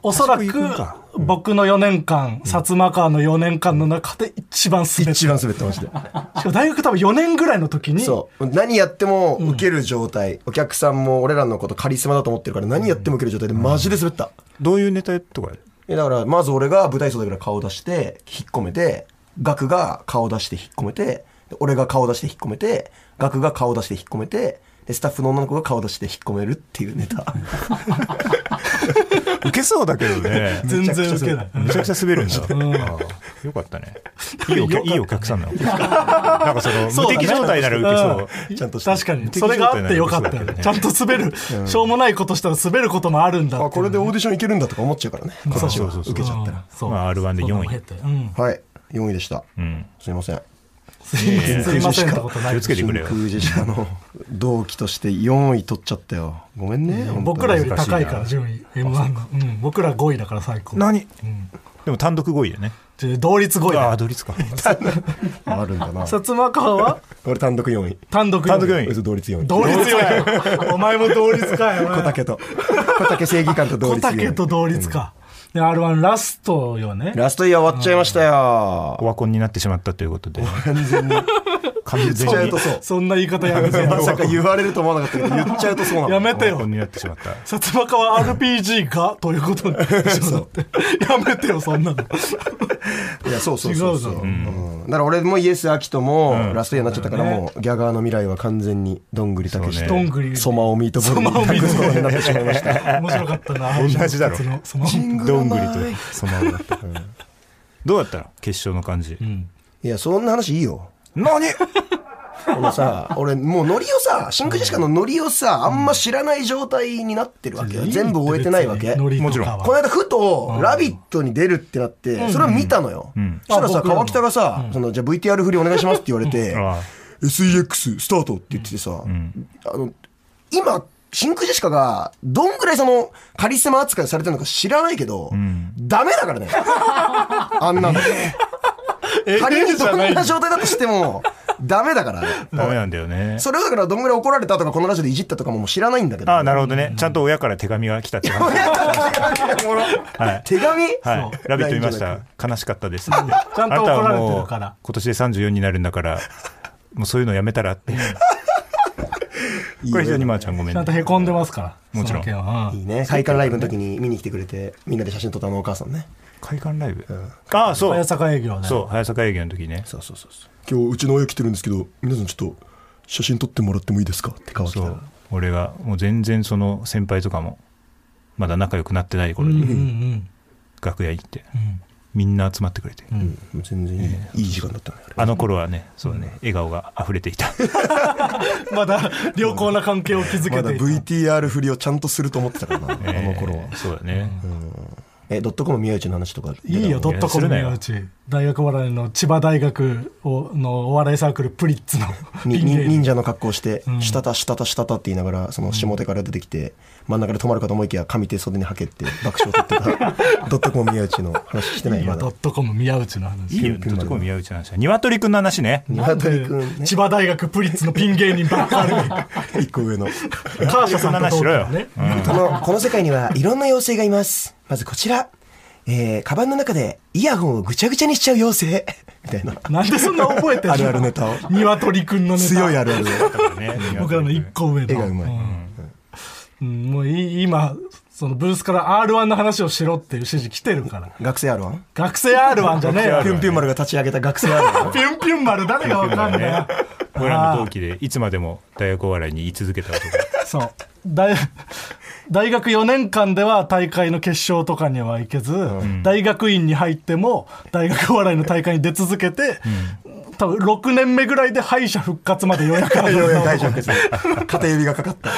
[SPEAKER 3] おそら
[SPEAKER 2] あそこ行くん
[SPEAKER 3] く
[SPEAKER 2] か、
[SPEAKER 3] 僕の4年間、薩摩川の4年間の中で一番滑って
[SPEAKER 4] 一番滑ってました。
[SPEAKER 3] しかも大学多分4年ぐらいの時に、
[SPEAKER 4] そう。何やっても受ける状態。お客さんも俺らのことカリスマだと思ってるから、何やっても受ける状態でマジで滑った。
[SPEAKER 2] どういうネタとかやる
[SPEAKER 4] えだから、まず俺が舞台袖から顔出して、引っ込めて、ガクが顔出して引っ込めて、で俺が顔出して引っ込めて、ガクが顔出して引っ込めて、でスタッフの女の子が顔出して引っ込めるっていうネタ。
[SPEAKER 2] 受けそうだけどね。
[SPEAKER 3] 全然受けない。
[SPEAKER 2] めちゃくちゃ滑るんだ。ああよかったね。いいお客いいお客さんなの。なんかそ の、無敵状態なら受けそう。
[SPEAKER 4] ちゃんとして
[SPEAKER 3] 確かに、それがあってよかったよね。ちゃんと滑る、しょうもないことしたら滑ることもあるんだ
[SPEAKER 4] あ、
[SPEAKER 3] って
[SPEAKER 4] これでオーディションいけるんだとか思っちゃうからね。
[SPEAKER 2] そうそうそうそう。
[SPEAKER 4] 受けちゃった
[SPEAKER 3] うんそう
[SPEAKER 2] まあ R1 で4位
[SPEAKER 3] そう経てうん
[SPEAKER 4] はい。4位でした。
[SPEAKER 2] ん
[SPEAKER 4] すいません。
[SPEAKER 3] すいませんってことな
[SPEAKER 2] 気
[SPEAKER 3] い
[SPEAKER 2] をつけてくれよ。
[SPEAKER 4] 空ジェシカの同期として4位取っちゃったよ。ごめんね。本当に
[SPEAKER 3] 僕らより高いから、順位。M1 の。うん僕ら5位だから最高。
[SPEAKER 2] 何でも単独5位だね。
[SPEAKER 3] で同率5位
[SPEAKER 2] ああ、
[SPEAKER 3] だ。
[SPEAKER 2] ドリツか。
[SPEAKER 4] あるんだ
[SPEAKER 3] 薩
[SPEAKER 4] な。
[SPEAKER 3] 摩川は
[SPEAKER 4] 俺単独4位。
[SPEAKER 3] 単独
[SPEAKER 2] 単独
[SPEAKER 3] 4
[SPEAKER 2] 4
[SPEAKER 3] 位。
[SPEAKER 2] 位。
[SPEAKER 4] 同率4位。
[SPEAKER 3] 同率4位。お前も同率かよ。お前
[SPEAKER 4] 小竹と。小竹正義感と同
[SPEAKER 3] 小
[SPEAKER 4] 率4位。
[SPEAKER 3] 竹と同率か。で、R1 ラストよね。
[SPEAKER 4] ラストイヤー終わっちゃいました
[SPEAKER 2] オ
[SPEAKER 4] よ。
[SPEAKER 2] ワコンになってしまったという ことで。完全に。
[SPEAKER 4] 言っちゃうとそう。
[SPEAKER 3] そんな言い方やめて よ。
[SPEAKER 4] まさか言われると思わなかったけど、言っちゃうとそうなの。
[SPEAKER 3] やめ
[SPEAKER 2] オ
[SPEAKER 3] て
[SPEAKER 2] ワコ
[SPEAKER 3] よ
[SPEAKER 2] ン。になってしまった。
[SPEAKER 3] 薩摩川 RPG かということになってしまって。やめてよ、そんなの。
[SPEAKER 4] いや、そうそうそうそう。
[SPEAKER 3] 違うだろ
[SPEAKER 4] うんだから俺もイエス・アキトも、ラストイヤーになっちゃったから、
[SPEAKER 3] そうだよ
[SPEAKER 4] もう、ギャガーの未来は完全に、どんぐりたけし
[SPEAKER 2] そう
[SPEAKER 3] どん
[SPEAKER 4] と、
[SPEAKER 3] ぐり。
[SPEAKER 4] ソマオミートボール
[SPEAKER 3] ソマオミートボール
[SPEAKER 4] になってしまいました。
[SPEAKER 3] 面白かったな。
[SPEAKER 2] 同じだろ
[SPEAKER 3] そのその
[SPEAKER 2] どんぐりと、そのままだった。どうだった決勝の感じ。
[SPEAKER 4] いや、そんな話いいよ。
[SPEAKER 2] 何
[SPEAKER 4] このさ、俺、もうノリをさ、真空ジェシカのノリをさ、あんま知らない状態になってるわけよ。全部終えてないわけ。こ
[SPEAKER 2] もちろん
[SPEAKER 4] の間、ふと、ラビットに出るってなって、それを見たのよ。そしたら
[SPEAKER 3] あ
[SPEAKER 4] さ、
[SPEAKER 3] 僕らの
[SPEAKER 4] 川北がさ、その、じゃあ VTR 振りお願いしますって言われて、
[SPEAKER 2] ああ
[SPEAKER 4] SEX スタートって言っててさ、あの、今、真空ジェシカが、どんぐらいその、カリスマ扱いされてるのか知らないけど、ダメだか らね。あんなの。仮にどんな状態だとしても、ダメだからね。
[SPEAKER 2] ダメなんだよね。
[SPEAKER 4] それをだからどんぐらい怒られたとかこのラジオでいじったとかももう知らないんだけど。
[SPEAKER 2] ああ、なるほどね。ちゃんと親から手紙が来たって感じ。はい
[SPEAKER 4] 手紙
[SPEAKER 2] はい。ラビット見まし。
[SPEAKER 4] ライ
[SPEAKER 2] た
[SPEAKER 4] ンじ。
[SPEAKER 2] 悲しかったですって。
[SPEAKER 3] ちゃんと怒られてるから
[SPEAKER 2] あなたはもう今年で34になるんだから、もうそういうのやめたらって。これ非常にまーちゃんごめん
[SPEAKER 3] ちゃんと
[SPEAKER 2] ね。
[SPEAKER 3] へこんでますから
[SPEAKER 2] もちろん
[SPEAKER 3] その件は
[SPEAKER 4] ゃ
[SPEAKER 3] う
[SPEAKER 4] ないいいね。開館ライブの時に見に来てくれて、みんなで写真撮ったあのお母さんね。
[SPEAKER 2] 会館ライブ。ああ、そう
[SPEAKER 3] 早。坂営業ね
[SPEAKER 2] そう、早坂営業の時ね。
[SPEAKER 4] そうそうそうそう。今日うちの親来てるんですけど、皆さんちょっと写真撮ってもらってもいいですかって顔し
[SPEAKER 2] そう。俺が、もう全然その先輩とかも、まだ仲良くなってない頃に、
[SPEAKER 3] うんうん
[SPEAKER 2] 楽屋に行って、みんな集まってくれて。
[SPEAKER 4] 全然いい,、いい時間だったね。あれ
[SPEAKER 2] あの頃はね、そうね、笑顔が溢れていた。
[SPEAKER 3] まだ良好な関係を築け
[SPEAKER 4] まだ
[SPEAKER 3] ていた
[SPEAKER 4] VTR 振りをちゃんとすると思ってたからな、あの頃は
[SPEAKER 2] え。ーそうだね。
[SPEAKER 4] え、ドットコム宮内の話とか。
[SPEAKER 3] いいよ、ドットコム
[SPEAKER 2] いやするな
[SPEAKER 3] の
[SPEAKER 2] よ
[SPEAKER 3] うち。大学お笑いの千葉大学をのお笑いサークルプリッツの
[SPEAKER 4] に
[SPEAKER 3] ピン
[SPEAKER 4] に
[SPEAKER 3] 芸人
[SPEAKER 4] 忍者の格好をして、したたしたたしたたって言いながら、その下手から出てきて、真ん中で止まるかと思いきや、上手袖にはけって爆笑を取ってた、ドットコム宮内の話してない、
[SPEAKER 3] いい
[SPEAKER 4] ま
[SPEAKER 3] よド
[SPEAKER 4] だ
[SPEAKER 3] ッ。トコム宮内の話。
[SPEAKER 2] いいよ、どっちも宮内の話だ。鶏くんの話ね。
[SPEAKER 4] 鶏くんね、
[SPEAKER 3] 千葉大学プリッツのピン芸人ばっかり。
[SPEAKER 4] 一個上の。
[SPEAKER 3] カーシャさんと同期の ね。
[SPEAKER 4] この、この世界にはいろんな妖精がいます。まずこちら。えー、カバンの中でイヤホンをぐちゃぐちゃにしちゃう妖精。 みたいな。
[SPEAKER 3] なんでそんな覚えてんの
[SPEAKER 4] あるあるネ タを
[SPEAKER 3] 鶏くんのネタ。
[SPEAKER 4] 強いあるある。
[SPEAKER 2] ね
[SPEAKER 3] 僕らの一個上の。
[SPEAKER 4] 絵がうまい。
[SPEAKER 3] うんもうい今、そのブースから R1 の話をしろっていう指示来てるから。
[SPEAKER 4] 学生あるわ。
[SPEAKER 3] 学生 R1 じゃねえよ。
[SPEAKER 4] ピュンピュン丸が立ち上げた学生あるわ。
[SPEAKER 3] ピュンピュン丸誰がわかんないよ。
[SPEAKER 2] 僕らの同期でいつまでも大学お笑いに居続けた男
[SPEAKER 3] そう。大、大学4年間では大会の決勝とかには行けず、大学院に入っても、大学お笑いの大会に出続けて、多分6年目ぐらいで敗者復活までようや く
[SPEAKER 4] ようやく大丈夫です。片指がかかった。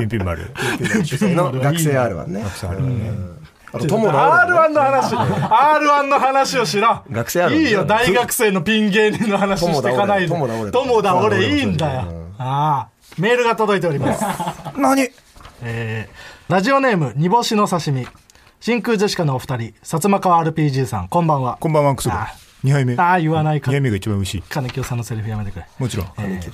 [SPEAKER 2] ピンピン丸
[SPEAKER 4] の学生 R はね。あと、友の
[SPEAKER 3] R1 の話、R1 の話をしろ。
[SPEAKER 4] 学生ある
[SPEAKER 3] いいよ、大学生のピン芸人の話していかないで。
[SPEAKER 4] 友だ
[SPEAKER 3] 友
[SPEAKER 4] 俺
[SPEAKER 3] だ
[SPEAKER 4] 友だ
[SPEAKER 3] 俺
[SPEAKER 4] 俺
[SPEAKER 3] いいんだよ
[SPEAKER 4] う。
[SPEAKER 3] ああ、メールが届いております。
[SPEAKER 2] 何
[SPEAKER 3] えーラジオネーム、煮干しの刺身。真空ジェシカのお二人、薩摩川 RPG さん、こんばんは。
[SPEAKER 2] こんばんはクソ
[SPEAKER 3] あ
[SPEAKER 2] 2杯目
[SPEAKER 3] ああ、言わない
[SPEAKER 2] 2
[SPEAKER 3] か
[SPEAKER 2] 杯。目が一番美味しい
[SPEAKER 3] 金清さんのセリフやめてくれ。
[SPEAKER 2] もちろん
[SPEAKER 3] 薩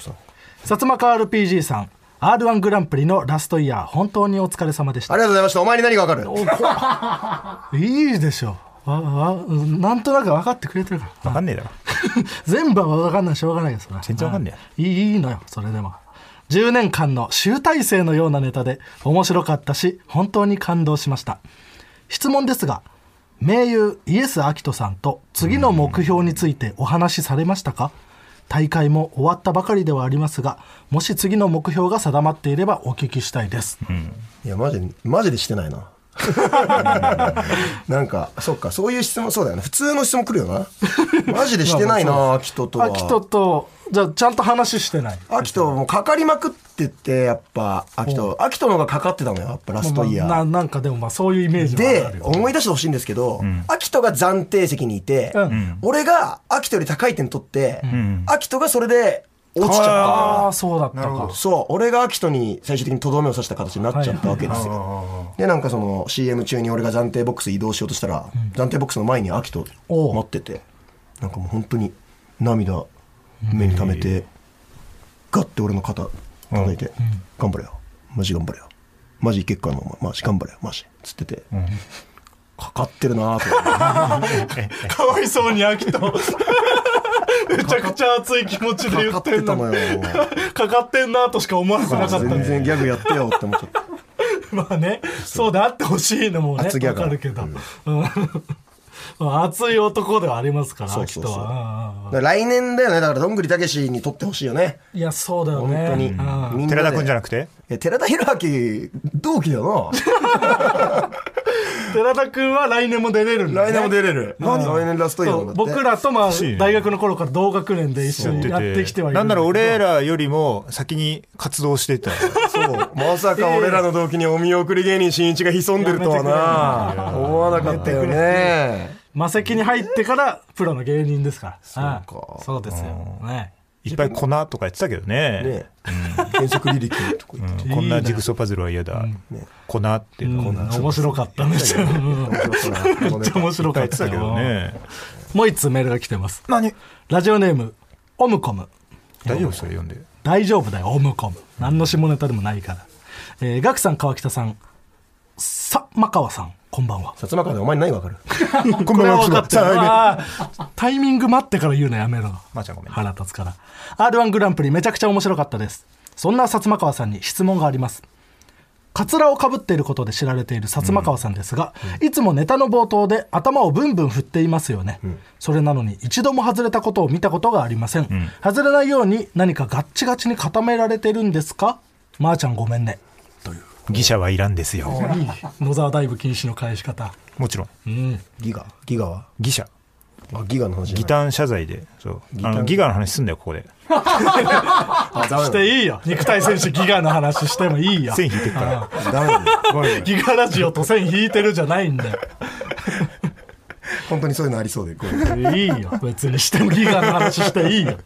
[SPEAKER 3] 摩川 RPG さん、R1 グランプリのラストイヤー、本当にお疲れ様でし
[SPEAKER 4] あ
[SPEAKER 3] た
[SPEAKER 4] り。がとうございました。お前に何がわかる
[SPEAKER 3] いいでしょう。わわうんなんとなく分かってくれてるから。
[SPEAKER 2] 分かんねえだろ
[SPEAKER 3] 全部は分かんないしょうがないです
[SPEAKER 2] 全然わかんね
[SPEAKER 3] いいいいのよそれでも10年間の集大成のようなネタで面白かったし本当に感動しました質問ですが名優イエス・アキトさんと次の目標についてお話しされましたか大会も終わったばかりではありますがもし次の目標が定まっていればお聞きしたいです、
[SPEAKER 4] いや、マジで、マジでしてない な。なんか、そっか、そういう質問、そうだよね。普通の質問来るよな。マジでしてない な、秋人とは。
[SPEAKER 3] アキトとじゃあちゃんと話してない
[SPEAKER 4] 秋人もうかかりまくってて、やっぱ、秋人、秋人の方がかかってたのよ、やっぱラストイヤー。
[SPEAKER 3] まあななんかでもまあそういうイメージはあ
[SPEAKER 4] で
[SPEAKER 3] る、よ
[SPEAKER 4] 思い出してほしいんですけど、秋人が暫定席にいて、
[SPEAKER 3] うん
[SPEAKER 4] 俺が秋人より高い点取って、秋人がそれで落ちちゃ
[SPEAKER 3] ああそうだったか
[SPEAKER 4] った。そう、俺が秋人に最終的にとどめを刺した形になっちゃったわけですよ。で、なんかその CM 中に俺が暫定ボックス移動しようとしたら、暫定ボックスの前に秋人
[SPEAKER 3] おう
[SPEAKER 4] 待ってて、なんかもう本当に涙目に溜めて、ガッて俺の肩叩いて、頑張れよ。マジ頑張れよ。マジいけっからな、お前。マジ頑張れよ。マジ。つってて。かかってるなぁと思って。
[SPEAKER 3] かわいそうに、アキト。 めちゃくちゃ熱い気持ちで言
[SPEAKER 4] かか
[SPEAKER 3] っ
[SPEAKER 4] ってて
[SPEAKER 3] ん
[SPEAKER 4] た
[SPEAKER 3] の
[SPEAKER 4] の
[SPEAKER 3] に。
[SPEAKER 4] よ。
[SPEAKER 3] かかってんなとしか思わせなか った。
[SPEAKER 4] 全然ギャグやってよって思っち ゃった。
[SPEAKER 3] まあね、そうであってほしいのもね、
[SPEAKER 4] 厚ギ
[SPEAKER 3] わ
[SPEAKER 4] ャガー
[SPEAKER 3] かるけど。うん まあ熱い男ではありますから、
[SPEAKER 4] そ
[SPEAKER 3] ア
[SPEAKER 4] う
[SPEAKER 3] キ
[SPEAKER 4] そう
[SPEAKER 3] ト
[SPEAKER 4] そう
[SPEAKER 3] は。うんうんうん
[SPEAKER 4] だから来年だよね。だから、どんぐりたけしに撮ってほしいよね。
[SPEAKER 3] いや、そうだよ
[SPEAKER 4] 本
[SPEAKER 3] ね。
[SPEAKER 4] 当に。
[SPEAKER 3] うん
[SPEAKER 4] みんな
[SPEAKER 2] 寺
[SPEAKER 4] で
[SPEAKER 2] 田くんじゃなくて
[SPEAKER 4] いや、寺田博明、同期だよな。
[SPEAKER 3] 寺田君は来年も出れるんだ、ね、
[SPEAKER 4] 来年も出れる。来年ラストイヤー
[SPEAKER 3] そ
[SPEAKER 4] なんだ
[SPEAKER 3] う
[SPEAKER 4] って。
[SPEAKER 3] 僕らとまあ
[SPEAKER 2] しいね
[SPEAKER 3] 大学の頃から同学年で一緒にやってきてはいる
[SPEAKER 2] なんなら俺
[SPEAKER 3] ら
[SPEAKER 2] らよりも先に活動してた。
[SPEAKER 4] そう。まさか俺らの同期にお見送り芸人しんいちが潜んでるとはな。思わなかったよね。
[SPEAKER 3] 魔石に入ってからプロの芸人ですからそう
[SPEAKER 4] か
[SPEAKER 3] そうですよ、ね
[SPEAKER 2] いっぱい粉とか言ってたけどね。
[SPEAKER 4] ね検索履歴とか言って。
[SPEAKER 2] うんこんなジグソーパズルは嫌だ。粉っていうの
[SPEAKER 3] うん
[SPEAKER 2] はこんな。
[SPEAKER 3] 面白かっためっちゃめ
[SPEAKER 4] 面白かったなこの
[SPEAKER 3] っ
[SPEAKER 4] ネ
[SPEAKER 3] ちゃ
[SPEAKER 4] タ
[SPEAKER 3] 面白か
[SPEAKER 2] 言
[SPEAKER 3] っ
[SPEAKER 2] って
[SPEAKER 3] た
[SPEAKER 2] たけど ね。
[SPEAKER 3] もう一通メールが来てます
[SPEAKER 2] 何
[SPEAKER 3] ラジオネームオムコム
[SPEAKER 2] 大丈夫それ読んで。
[SPEAKER 3] 大丈夫だよオムコム何の下ネタでもないから、えー、ガクさん川北さんさマカワさんこんばんは
[SPEAKER 4] 薩摩川でお前に何がわか る
[SPEAKER 2] こんばんは、
[SPEAKER 3] た
[SPEAKER 2] さあ
[SPEAKER 3] タイミング待ってから言うのやめろ、
[SPEAKER 2] まーちゃんごめん
[SPEAKER 3] 腹立つから r 1グランプリめちゃくちゃ面白かったですそんな薩摩川さんに質問がありますカツラをかぶっていることで知られている薩摩川さんですが、いつもネタの冒頭で頭をブンブン振っていますよね、それなのに一度も外れたことを見たことがありません、外れないように何かガッチガチに固められてるんですかまー、ちゃんごめんね
[SPEAKER 2] ギシャはいらんですよ。
[SPEAKER 3] 野沢ダイブ禁止の返し方
[SPEAKER 2] もちろん。
[SPEAKER 4] ギガギガは
[SPEAKER 2] ギシャ。
[SPEAKER 4] あ、ギガの話
[SPEAKER 2] ギターン謝罪で。そう。あの、ギガの話すんだよ、ここで。
[SPEAKER 4] あ、ダメ
[SPEAKER 3] し
[SPEAKER 4] だ。
[SPEAKER 3] ていいよ肉体選手ギガの話してもいいよ
[SPEAKER 2] 線引いてっから。
[SPEAKER 4] ダメだ。ごめんごめん
[SPEAKER 3] ギガラジオと線引いてるじゃないんだよ。
[SPEAKER 4] 本当にそういうのありそうで。ごめん
[SPEAKER 3] いいよ。別にしてもギガの話していいよ。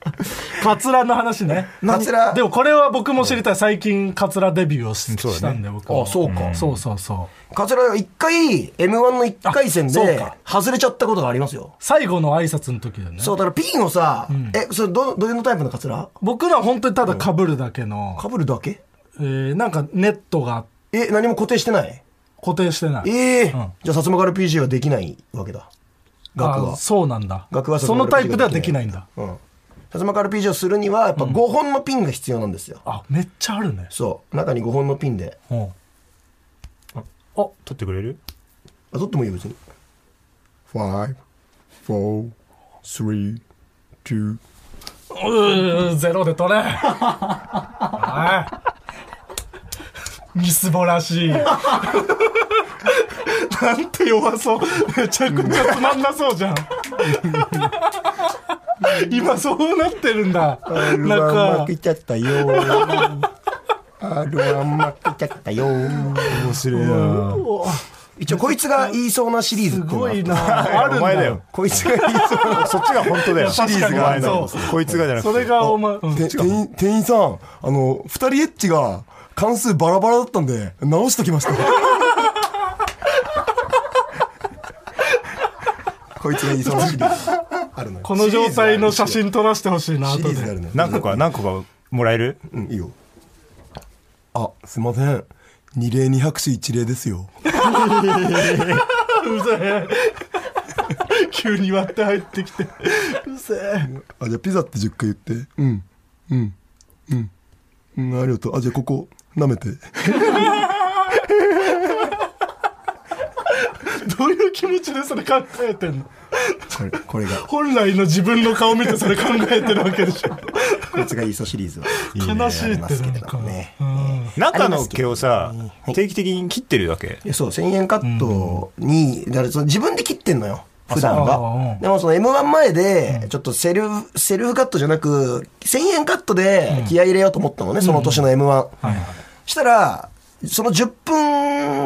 [SPEAKER 3] カツラの話ね。
[SPEAKER 4] カツラ
[SPEAKER 3] でもこれは僕も知りたい。最近カツラデビューをし,、
[SPEAKER 2] そうだね
[SPEAKER 3] たんで僕
[SPEAKER 4] あそうか
[SPEAKER 3] そうそうそう。
[SPEAKER 4] カツラは一回、M1 の一回戦
[SPEAKER 3] あそう
[SPEAKER 4] で
[SPEAKER 3] か、
[SPEAKER 4] 外れちゃったことがありますよ。
[SPEAKER 3] 最後の挨拶の時だね。
[SPEAKER 4] そう、だからピンをさ、え、それど、どれのタイプのカツラ
[SPEAKER 3] 僕ら本当にただ被るだけの、
[SPEAKER 4] かぶるだけ
[SPEAKER 3] えーなんかネットが
[SPEAKER 4] え、何も固定してない
[SPEAKER 3] 固定してない。
[SPEAKER 4] え
[SPEAKER 3] うん
[SPEAKER 4] えじゃあ、薩摩川 PG はできないわけだ。額
[SPEAKER 3] あ
[SPEAKER 4] は。
[SPEAKER 3] そうなんだ。
[SPEAKER 4] 額は
[SPEAKER 3] そのタイプではできないんだ。。
[SPEAKER 4] うん。薩摩川 PG をするには、やっぱ5本のピンが必要なんですよ。
[SPEAKER 3] あ、めっちゃあるね。
[SPEAKER 4] そう。中に5本のピンで。
[SPEAKER 3] うん。
[SPEAKER 2] 撮ってくれる
[SPEAKER 4] あ、取ってもいいよ、別に。
[SPEAKER 5] five, four, three, two,
[SPEAKER 3] うーゼロで取れはいみすぼらしいなんて弱そうめちゃくちゃつまんなそうじゃん今そうなってるんだなんか
[SPEAKER 5] ちゃったよー。R1 負けちゃったよ
[SPEAKER 2] 面白いな
[SPEAKER 4] 一応、こいつが言いそうなシリーズっ
[SPEAKER 3] す
[SPEAKER 4] ていう
[SPEAKER 3] ご
[SPEAKER 4] のがあっ
[SPEAKER 3] い
[SPEAKER 4] て
[SPEAKER 3] なあるん
[SPEAKER 2] お前だよ。
[SPEAKER 4] こいつが言いそうな。
[SPEAKER 2] そっちが本当だよ。
[SPEAKER 3] いや確かに
[SPEAKER 2] シリーズがお前だよ
[SPEAKER 3] そ
[SPEAKER 2] こいつがじゃなく
[SPEAKER 3] そ
[SPEAKER 2] て。
[SPEAKER 3] れがお前、うん
[SPEAKER 5] て店員、店員さん、あの、二人エッチが関数バラバラだったんで、直しときました。
[SPEAKER 4] こいつが言いそうなシリーズ。あるのよ。
[SPEAKER 3] この状態の写真撮らせてほしいな
[SPEAKER 4] シリ
[SPEAKER 3] 後
[SPEAKER 4] ーズがある
[SPEAKER 3] で
[SPEAKER 4] のよ。
[SPEAKER 2] 何個か、何個かもらえる
[SPEAKER 4] うん、いいよ。
[SPEAKER 5] あ、すいません。二例二拍手一例ですよ。
[SPEAKER 3] うぜえ急に割って入ってきてうぜえ
[SPEAKER 5] あ、じゃあピザって10回言って。うん。うん。うん。うん、ありがとう。あ、じゃあここ、舐めて。
[SPEAKER 3] どういう気持ちでそれ考えてんの
[SPEAKER 4] これ、これが、
[SPEAKER 3] 本来の自分の顔見てそれ考えてるわけでしょ
[SPEAKER 4] こいつが言いそうシリーズは。
[SPEAKER 3] 悲しいって
[SPEAKER 4] 好き
[SPEAKER 3] なん
[SPEAKER 4] だか
[SPEAKER 3] から
[SPEAKER 4] ね。
[SPEAKER 2] 中の毛をさ、定期的に切ってるわけ。
[SPEAKER 4] いやそう、1000円カットに、だからその自分で切ってんのよ。普段
[SPEAKER 3] そうう
[SPEAKER 4] は
[SPEAKER 3] ん。
[SPEAKER 4] でもその M1 前で、ちょっとセルフ、セルフカットじゃなく、1000円カットで気合い入れようと思ったのね、その年の M1。したら、その10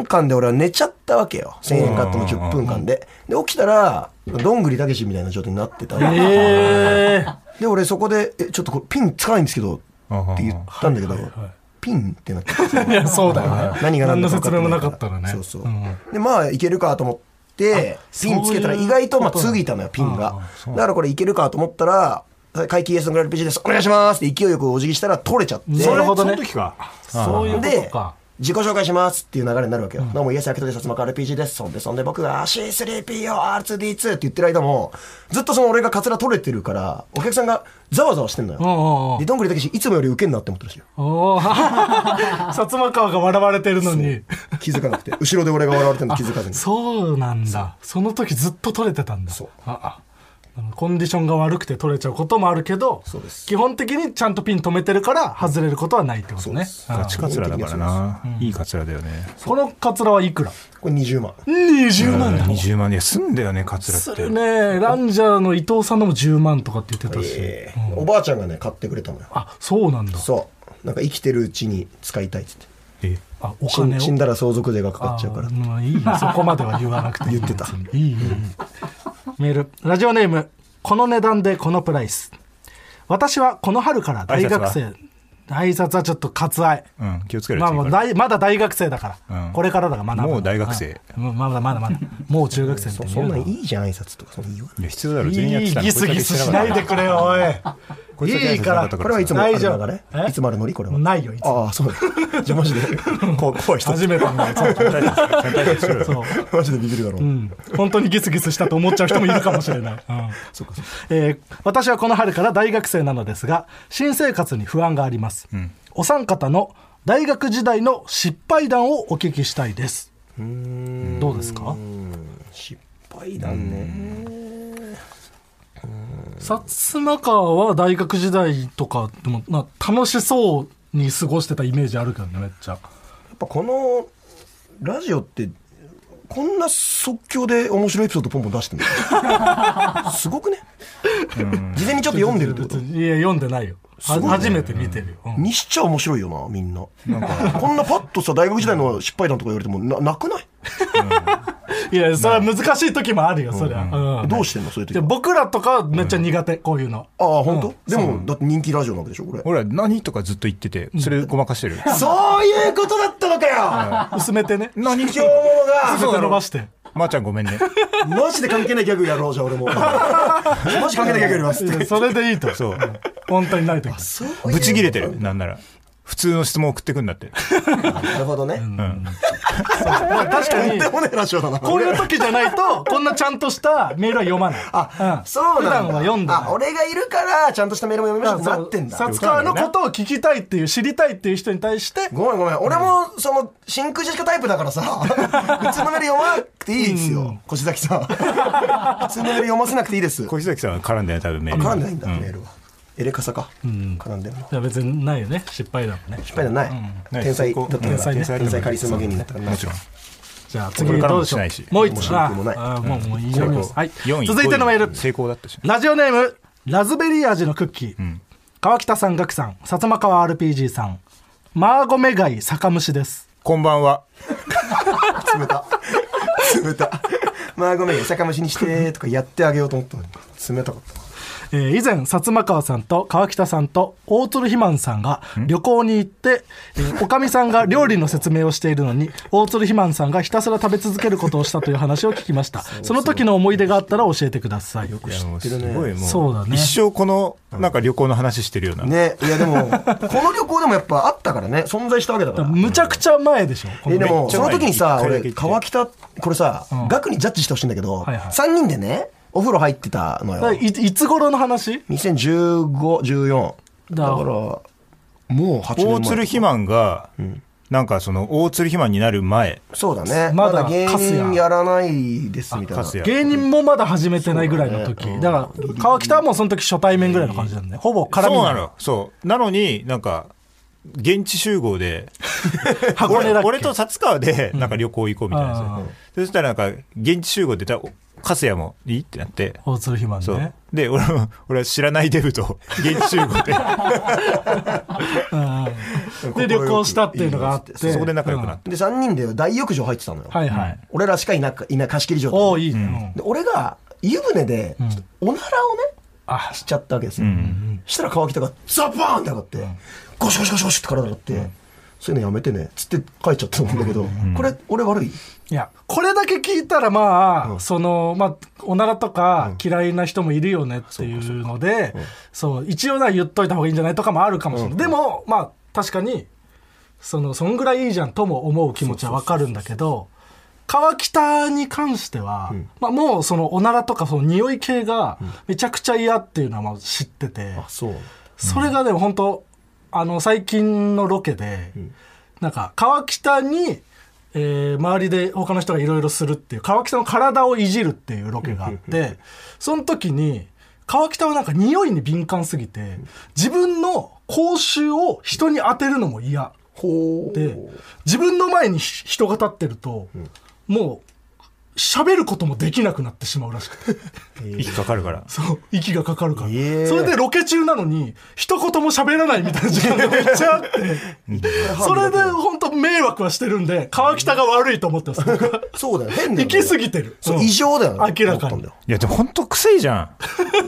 [SPEAKER 4] 分間で俺は寝ちゃったわけよ。1000円カットの10分間で。で、起きたら、どんぐりたけしみたいな状態になってたの
[SPEAKER 3] ええ
[SPEAKER 4] で、俺そこで、えちょっとこれピンつかないんですけど、って言ったんだけど、ピンってなって。
[SPEAKER 3] いやそうだよね
[SPEAKER 4] 何が
[SPEAKER 3] 何
[SPEAKER 4] 何
[SPEAKER 3] の
[SPEAKER 4] だ
[SPEAKER 3] 説
[SPEAKER 4] か分かって
[SPEAKER 3] 明も
[SPEAKER 4] い
[SPEAKER 3] な
[SPEAKER 4] ら
[SPEAKER 3] かったらね
[SPEAKER 4] そうそう、
[SPEAKER 3] ん
[SPEAKER 4] でまあいけるかと思ってピンつけたら
[SPEAKER 3] そういう
[SPEAKER 4] 意外とまあ
[SPEAKER 3] ことなの
[SPEAKER 4] ついたのよピンがだからこれいけるかと思ったら「会期 ES のグラルページですお願いします」って勢いよくお辞儀したら取れちゃって
[SPEAKER 3] なるほどね
[SPEAKER 2] その時か。
[SPEAKER 3] そういうこと
[SPEAKER 4] で
[SPEAKER 3] か
[SPEAKER 4] 自己紹介しますっていう流れになるわけよ。どうも、イエス・アキトです。薩摩川 RPG です。そんで、そんで僕が C3PO2D2 って言ってる間も、ずっとその俺がカツラ取れてるから、お客さんがざわざわしてんの
[SPEAKER 3] おう
[SPEAKER 4] よ。
[SPEAKER 3] おうおう
[SPEAKER 4] で、どんぐりたけし、いつもよりウケんなって思ってるしよ。
[SPEAKER 3] おう 薩摩川が笑われてるのに
[SPEAKER 4] 気づかなくて。後ろで俺が笑われてるの気づかずに。
[SPEAKER 3] そうなんだその時ずっと撮れてたんだ
[SPEAKER 4] そう
[SPEAKER 3] あああのコンディションが悪くて取れちゃうこともあるけど
[SPEAKER 4] そうです
[SPEAKER 3] 基本的にちゃんとピン止めてるから外れることはないってことね
[SPEAKER 4] そ
[SPEAKER 3] うん
[SPEAKER 2] ガチカツラだからな。いいカツラだよね。
[SPEAKER 3] このカツラはいくら
[SPEAKER 4] これ20万。
[SPEAKER 3] 20万だ
[SPEAKER 2] 20万円。すんだよね、カツラ
[SPEAKER 3] す
[SPEAKER 2] っ
[SPEAKER 3] る
[SPEAKER 2] て。
[SPEAKER 3] ねランジャーの伊藤さんのも10万とかって言ってたし、
[SPEAKER 4] えーおばあちゃんがね、買ってくれたのよ。
[SPEAKER 3] あそうなんだ
[SPEAKER 4] そう。なんか生きてるうちに使いたいって言って。
[SPEAKER 2] え
[SPEAKER 3] あお
[SPEAKER 4] 死
[SPEAKER 3] 金を
[SPEAKER 4] ん死んだら相続税がかかっちゃうから
[SPEAKER 3] あ。まあいいよそこまでは言わなくていい
[SPEAKER 4] 言ってた
[SPEAKER 3] いいいいメールラジオネームこの値段でこのプライス私はこの春から大学生
[SPEAKER 2] 挨
[SPEAKER 3] 挨拶はちょっと割愛
[SPEAKER 2] うん、気をつける
[SPEAKER 3] まあまあ
[SPEAKER 2] 次から
[SPEAKER 3] 大まだ大学生だから、
[SPEAKER 2] うん
[SPEAKER 3] これからだからまだ
[SPEAKER 2] もう大学生
[SPEAKER 3] うんまだまだまだもう中学生みたい
[SPEAKER 4] そそんなん
[SPEAKER 3] に言う
[SPEAKER 4] いいじゃん、挨拶とか。そんなん言わない
[SPEAKER 2] いや必要だろ、全員や
[SPEAKER 3] な
[SPEAKER 2] っ
[SPEAKER 3] いい
[SPEAKER 2] てたの
[SPEAKER 3] ギスギスしないでくれよお
[SPEAKER 2] こ
[SPEAKER 3] い
[SPEAKER 2] いつだけ
[SPEAKER 3] いい
[SPEAKER 2] しな
[SPEAKER 3] か
[SPEAKER 2] かっ
[SPEAKER 3] ら
[SPEAKER 2] たから
[SPEAKER 4] これはいつもある流
[SPEAKER 3] 大丈
[SPEAKER 4] れ
[SPEAKER 3] 夫え
[SPEAKER 4] いつもあるノリこれは。
[SPEAKER 3] ないよいつも
[SPEAKER 4] ああ、そう だ。じゃあマジで。こ怖い人。
[SPEAKER 3] 初めてのやつそう
[SPEAKER 4] マジでビビるだろう。
[SPEAKER 3] うん本当にギスギスしたと思っちゃう人もいるかもしれない、 うんえー私はこの春から大学生なのですが新生活に不安があります、お三方の大学時代の失敗談をお聞きしたいですどうですか
[SPEAKER 4] 失敗だね。
[SPEAKER 3] 薩摩川は大学時代とかでも、まあ、楽しそうに過ごしてたイメージあるけどねめっちゃ
[SPEAKER 4] やっぱこのラジオってこんな即興で面白いエピソードポンポン出してる のすごくね事前にちょっと読んでるってこと
[SPEAKER 3] いや読んでないよは初めて見てるよ、うん
[SPEAKER 4] にしちゃ面白いよなみんなこんなパッとさ大学時代の失敗談とか言われてもななくない
[SPEAKER 3] いやそれは難しい時もあるよそりゃ、うん
[SPEAKER 4] どうしてんのそういう時
[SPEAKER 3] で
[SPEAKER 4] は
[SPEAKER 3] 僕らとかめっちゃ苦手、こういうの
[SPEAKER 4] ああ本当、でもだって人気ラジオなんでしょこれ
[SPEAKER 2] 俺は何とかずっと言ってて、それごまかしてる。
[SPEAKER 4] そういうことだったのかよ
[SPEAKER 3] 薄めてね
[SPEAKER 2] 何。
[SPEAKER 4] 卑怯者
[SPEAKER 3] 薄めて伸ばしてて
[SPEAKER 2] まーちゃんごめんね。
[SPEAKER 4] がマジで関係ないギャグやろうじゃあ俺もマジ関係ないギャグやりますって
[SPEAKER 3] いやそれでいいと
[SPEAKER 2] そう。
[SPEAKER 3] 本当にない時
[SPEAKER 2] ぶち切れてる、なんなら。普通の質問送ってくんだって。
[SPEAKER 4] なるほどね、
[SPEAKER 3] 確か
[SPEAKER 4] とん
[SPEAKER 3] に
[SPEAKER 4] でもねえラジオだな
[SPEAKER 3] こういう時じゃないとこんなちゃんとしたメールは読まない
[SPEAKER 4] あ、
[SPEAKER 3] ん
[SPEAKER 4] そうなんだ。
[SPEAKER 3] 普段は読んでない
[SPEAKER 4] あ、俺がいるから、ちゃんとしたメールも読みましょうってなってんだ。
[SPEAKER 3] サツカワのことを聞きたいっていう知りたいっていう人に対して
[SPEAKER 4] ごめんごめん。俺も、その、真空ジェシカタイプだからさ、普通のメール読まなくていいですよ。越崎さん。普通のメール読ませなくていいです。
[SPEAKER 2] 小石崎さんは絡んだよ、多分メール。
[SPEAKER 4] 絡んでないんだ、メールは。エレカサか。絡んでるの。
[SPEAKER 3] いや別にないよね失敗だもんね
[SPEAKER 4] 失敗じゃない。
[SPEAKER 2] ない
[SPEAKER 4] 天才だ
[SPEAKER 2] そ
[SPEAKER 4] っ
[SPEAKER 2] こ
[SPEAKER 4] たか
[SPEAKER 2] うん
[SPEAKER 4] ら。
[SPEAKER 3] 天才ね
[SPEAKER 4] 天才カリスマ芸人だったからな
[SPEAKER 2] もちろん。
[SPEAKER 3] じゃあ次
[SPEAKER 2] これから
[SPEAKER 3] どう
[SPEAKER 2] も
[SPEAKER 3] でしょ
[SPEAKER 2] しないし
[SPEAKER 3] うもう一つなあ
[SPEAKER 4] もう一つ
[SPEAKER 3] ーもうもういい
[SPEAKER 2] 成
[SPEAKER 3] よ
[SPEAKER 2] 功
[SPEAKER 3] はい
[SPEAKER 2] 四位
[SPEAKER 3] 続いてのメール
[SPEAKER 2] 成功だったし。
[SPEAKER 3] ラジオネームラズベリー味のクッキー、川北さん岳さん薩摩川 RPG さんマーゴメガイ酒蒸しです
[SPEAKER 2] こんばんは。
[SPEAKER 4] 冷た。冷た。まあごめん、酒蒸しにしてとかやってあげようと思ったのに。冷たかった。
[SPEAKER 3] えー以前薩摩川さんと川北さんと大鶴ひまんさんが旅行に行って、えーおかみさんが料理の説明をしているのに大鶴ひまんさんがひたすら食べ続けることをしたという話を聞きましたその時の思い出があったら教えてください
[SPEAKER 2] いやもうすごいもう。
[SPEAKER 3] そうだね
[SPEAKER 2] 一生この、なんか旅行の話してるような。
[SPEAKER 4] ね、いやでも、この旅行でもやっぱあったからね、存在したわけだから。
[SPEAKER 3] むちゃくちゃ前でしょこの
[SPEAKER 4] えでも
[SPEAKER 2] ちゃ
[SPEAKER 4] その時にさ
[SPEAKER 2] 前に一回だけ
[SPEAKER 4] 俺
[SPEAKER 2] 行って
[SPEAKER 4] 川北これさ、額にジャッジしてほしいんだけど、
[SPEAKER 3] はいはい
[SPEAKER 4] 3人でねお風呂入ってたの
[SPEAKER 3] だからい
[SPEAKER 4] よ
[SPEAKER 3] いつ頃の話
[SPEAKER 4] 201514だ
[SPEAKER 3] だ
[SPEAKER 4] からもう8年前
[SPEAKER 2] 大鶴肥満が、なんかその、大鶴肥満になる前、
[SPEAKER 4] そうだね
[SPEAKER 3] ま
[SPEAKER 4] ま
[SPEAKER 3] だ
[SPEAKER 4] だ芸人やらないですみたいな
[SPEAKER 2] カスヤ。
[SPEAKER 3] 芸人もまだ始めてないぐらいの時だ,、から川北はもうその時初対面ぐらいの感じなんで、ほぼ絡み
[SPEAKER 2] そうな
[SPEAKER 3] の
[SPEAKER 2] の。そう。なのに、なんか、現地集合で、
[SPEAKER 3] 箱根
[SPEAKER 2] 俺
[SPEAKER 3] だっけ
[SPEAKER 2] 俺と薩川で、なんか旅行行こうみたいな
[SPEAKER 3] うんあ
[SPEAKER 2] やつでそしたらなんか、現地集合で、たおカスヤもいいってなって、
[SPEAKER 3] 大鶴ひまん
[SPEAKER 2] そう。
[SPEAKER 3] ね
[SPEAKER 2] で、俺も、俺は知らないデブと、現地集合で、
[SPEAKER 3] で旅行したっていうのがあって
[SPEAKER 2] そこで仲良くなって。
[SPEAKER 4] で3人で大浴場入ってたのよ、
[SPEAKER 3] はいはい、
[SPEAKER 4] 俺らしかいなくいない貸し切り状態
[SPEAKER 3] おおいいね、
[SPEAKER 4] で俺が湯船でちょっとおならをね、しちゃったわけですよ、したら川北がザバーンって上がって、ゴシゴシゴシゴシって体がって、そういうのやめてねつって帰っちゃったと思うんだけど、これ俺悪い
[SPEAKER 3] いやこれだけ聞いたらまあ、そのまあおならとか嫌いな人もいるよねっていうので、そう一応な言っといた方がいいんじゃないとかもあるかもしれない、でもまあ確かにそのそんぐらいいいじゃんとも思う気持ちはわかるんだけど川北に関しては、まあ、もうそのおならとかその匂い系がめちゃくちゃ嫌っていうのはまあ知ってて、
[SPEAKER 4] そう
[SPEAKER 3] それがでも本当あの最近のロケで、なんか川北にえー周りで他の人がいろいろするっていう川北の体をいじるっていうロケがあってその時に川北はなんか匂いに敏感すぎて自分の口臭を人に当てるのも嫌で自分の前にひ人が立ってると、もう喋ることもできなくなってしまうらしくて
[SPEAKER 2] 息かかるから。
[SPEAKER 3] そう息がかかるから、
[SPEAKER 4] え
[SPEAKER 3] それでロケ中なのに一言も喋らないみたいな時間がめっちゃあってそれで本当迷惑はしてるんで川北が悪いと思ってます僕は
[SPEAKER 4] そうだよ変だ
[SPEAKER 3] 行
[SPEAKER 4] よ
[SPEAKER 3] き過ぎてる
[SPEAKER 4] そう
[SPEAKER 3] うん
[SPEAKER 4] 異常だよね
[SPEAKER 3] 明らかに
[SPEAKER 4] 思ったんだよ
[SPEAKER 2] いや、でも本当臭いじゃ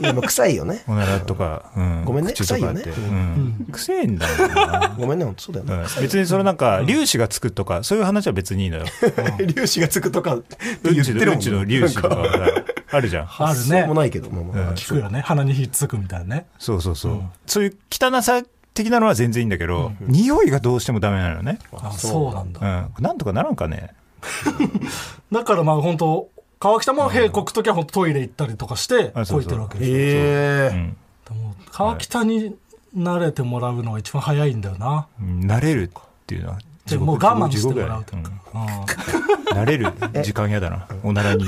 [SPEAKER 2] ん。
[SPEAKER 4] いやまあ臭いよね
[SPEAKER 2] おならとか、うん、
[SPEAKER 4] ごめんね
[SPEAKER 2] 口とかって
[SPEAKER 4] 臭いよ
[SPEAKER 2] うん、臭いんだよな、
[SPEAKER 4] ごめんねほんとそうだよ
[SPEAKER 2] う
[SPEAKER 4] ね
[SPEAKER 2] ん、別にそれなんか粒子がつくとかそういう話は別にいいのよ
[SPEAKER 4] 粒子がつくとかって
[SPEAKER 2] うん
[SPEAKER 4] 言っ
[SPEAKER 2] ち
[SPEAKER 4] て
[SPEAKER 2] の
[SPEAKER 4] る
[SPEAKER 2] う
[SPEAKER 4] もん
[SPEAKER 2] ちの粒子とかほらあるじゃん
[SPEAKER 3] ある
[SPEAKER 4] そう
[SPEAKER 3] ね
[SPEAKER 4] もないけどまあまあ
[SPEAKER 3] 聞くよね鼻にひっつくみたいなね
[SPEAKER 2] そうそうそう、そういう汚さ的なのは全然いいんだけど、匂いがどうしてもダメなのね、
[SPEAKER 3] あそうなんだ
[SPEAKER 2] うん、なんとかならんかね
[SPEAKER 3] だからまあ本当川北も閉国時は本当トイレ行ったりとかして
[SPEAKER 2] あそうそ
[SPEAKER 3] こ
[SPEAKER 2] う
[SPEAKER 3] いてるわけですよ
[SPEAKER 4] ええ
[SPEAKER 3] でも川北に慣れてもらうのが一番早いんだよな、
[SPEAKER 2] うん慣れるっていうのは
[SPEAKER 3] じ
[SPEAKER 2] 地
[SPEAKER 3] ゃあ
[SPEAKER 2] 獄
[SPEAKER 3] もう我慢してもらう
[SPEAKER 2] 地
[SPEAKER 3] とい
[SPEAKER 2] 獄
[SPEAKER 3] う
[SPEAKER 2] だ
[SPEAKER 3] か
[SPEAKER 2] よね、
[SPEAKER 3] うん
[SPEAKER 2] うん慣れる時間やだなおならに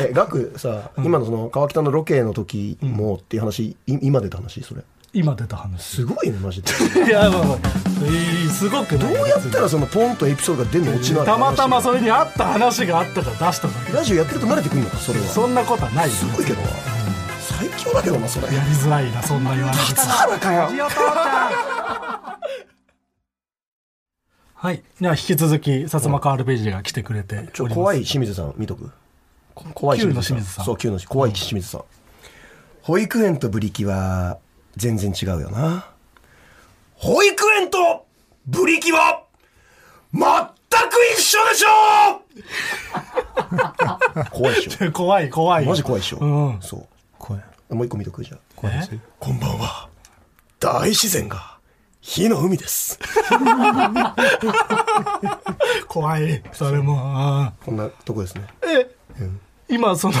[SPEAKER 4] えガクさ今のその川北のロケの時もっていう話い今出た話それ
[SPEAKER 3] 今出た話
[SPEAKER 4] すご いねマジで
[SPEAKER 3] いやまあまあ えーすごくど
[SPEAKER 4] どうやったらそのポンとエピソードが出るの落ちない
[SPEAKER 3] たまたまそれに合った話があったから出しただけ
[SPEAKER 4] ラジオやってると慣れてくるのかそれはす
[SPEAKER 3] そんなことはないよ
[SPEAKER 4] ごいけどな最強だけどなそれ
[SPEAKER 3] やりづらいなそんな言われたら
[SPEAKER 4] 原かよ
[SPEAKER 3] はいでは引き続き薩摩川ルページが来てくれております
[SPEAKER 4] ちょ怖い清水さん見とくこ怖い
[SPEAKER 3] 旧の清水さん
[SPEAKER 4] そう旧の怖い清水さん、保育園とブリキは全然違うよな
[SPEAKER 6] 保育園とブリキは全く一緒でしょう
[SPEAKER 4] 怖いでしょ
[SPEAKER 3] 怖い怖い
[SPEAKER 4] マジ怖いでしょ、
[SPEAKER 3] うん
[SPEAKER 4] そう
[SPEAKER 2] 怖い
[SPEAKER 4] もう一個見とくじゃあ
[SPEAKER 2] 怖いですよ
[SPEAKER 6] こんばんは。大自然が火の海です。
[SPEAKER 3] 怖いそれもあ
[SPEAKER 4] こんなとこですね
[SPEAKER 3] ーえ今その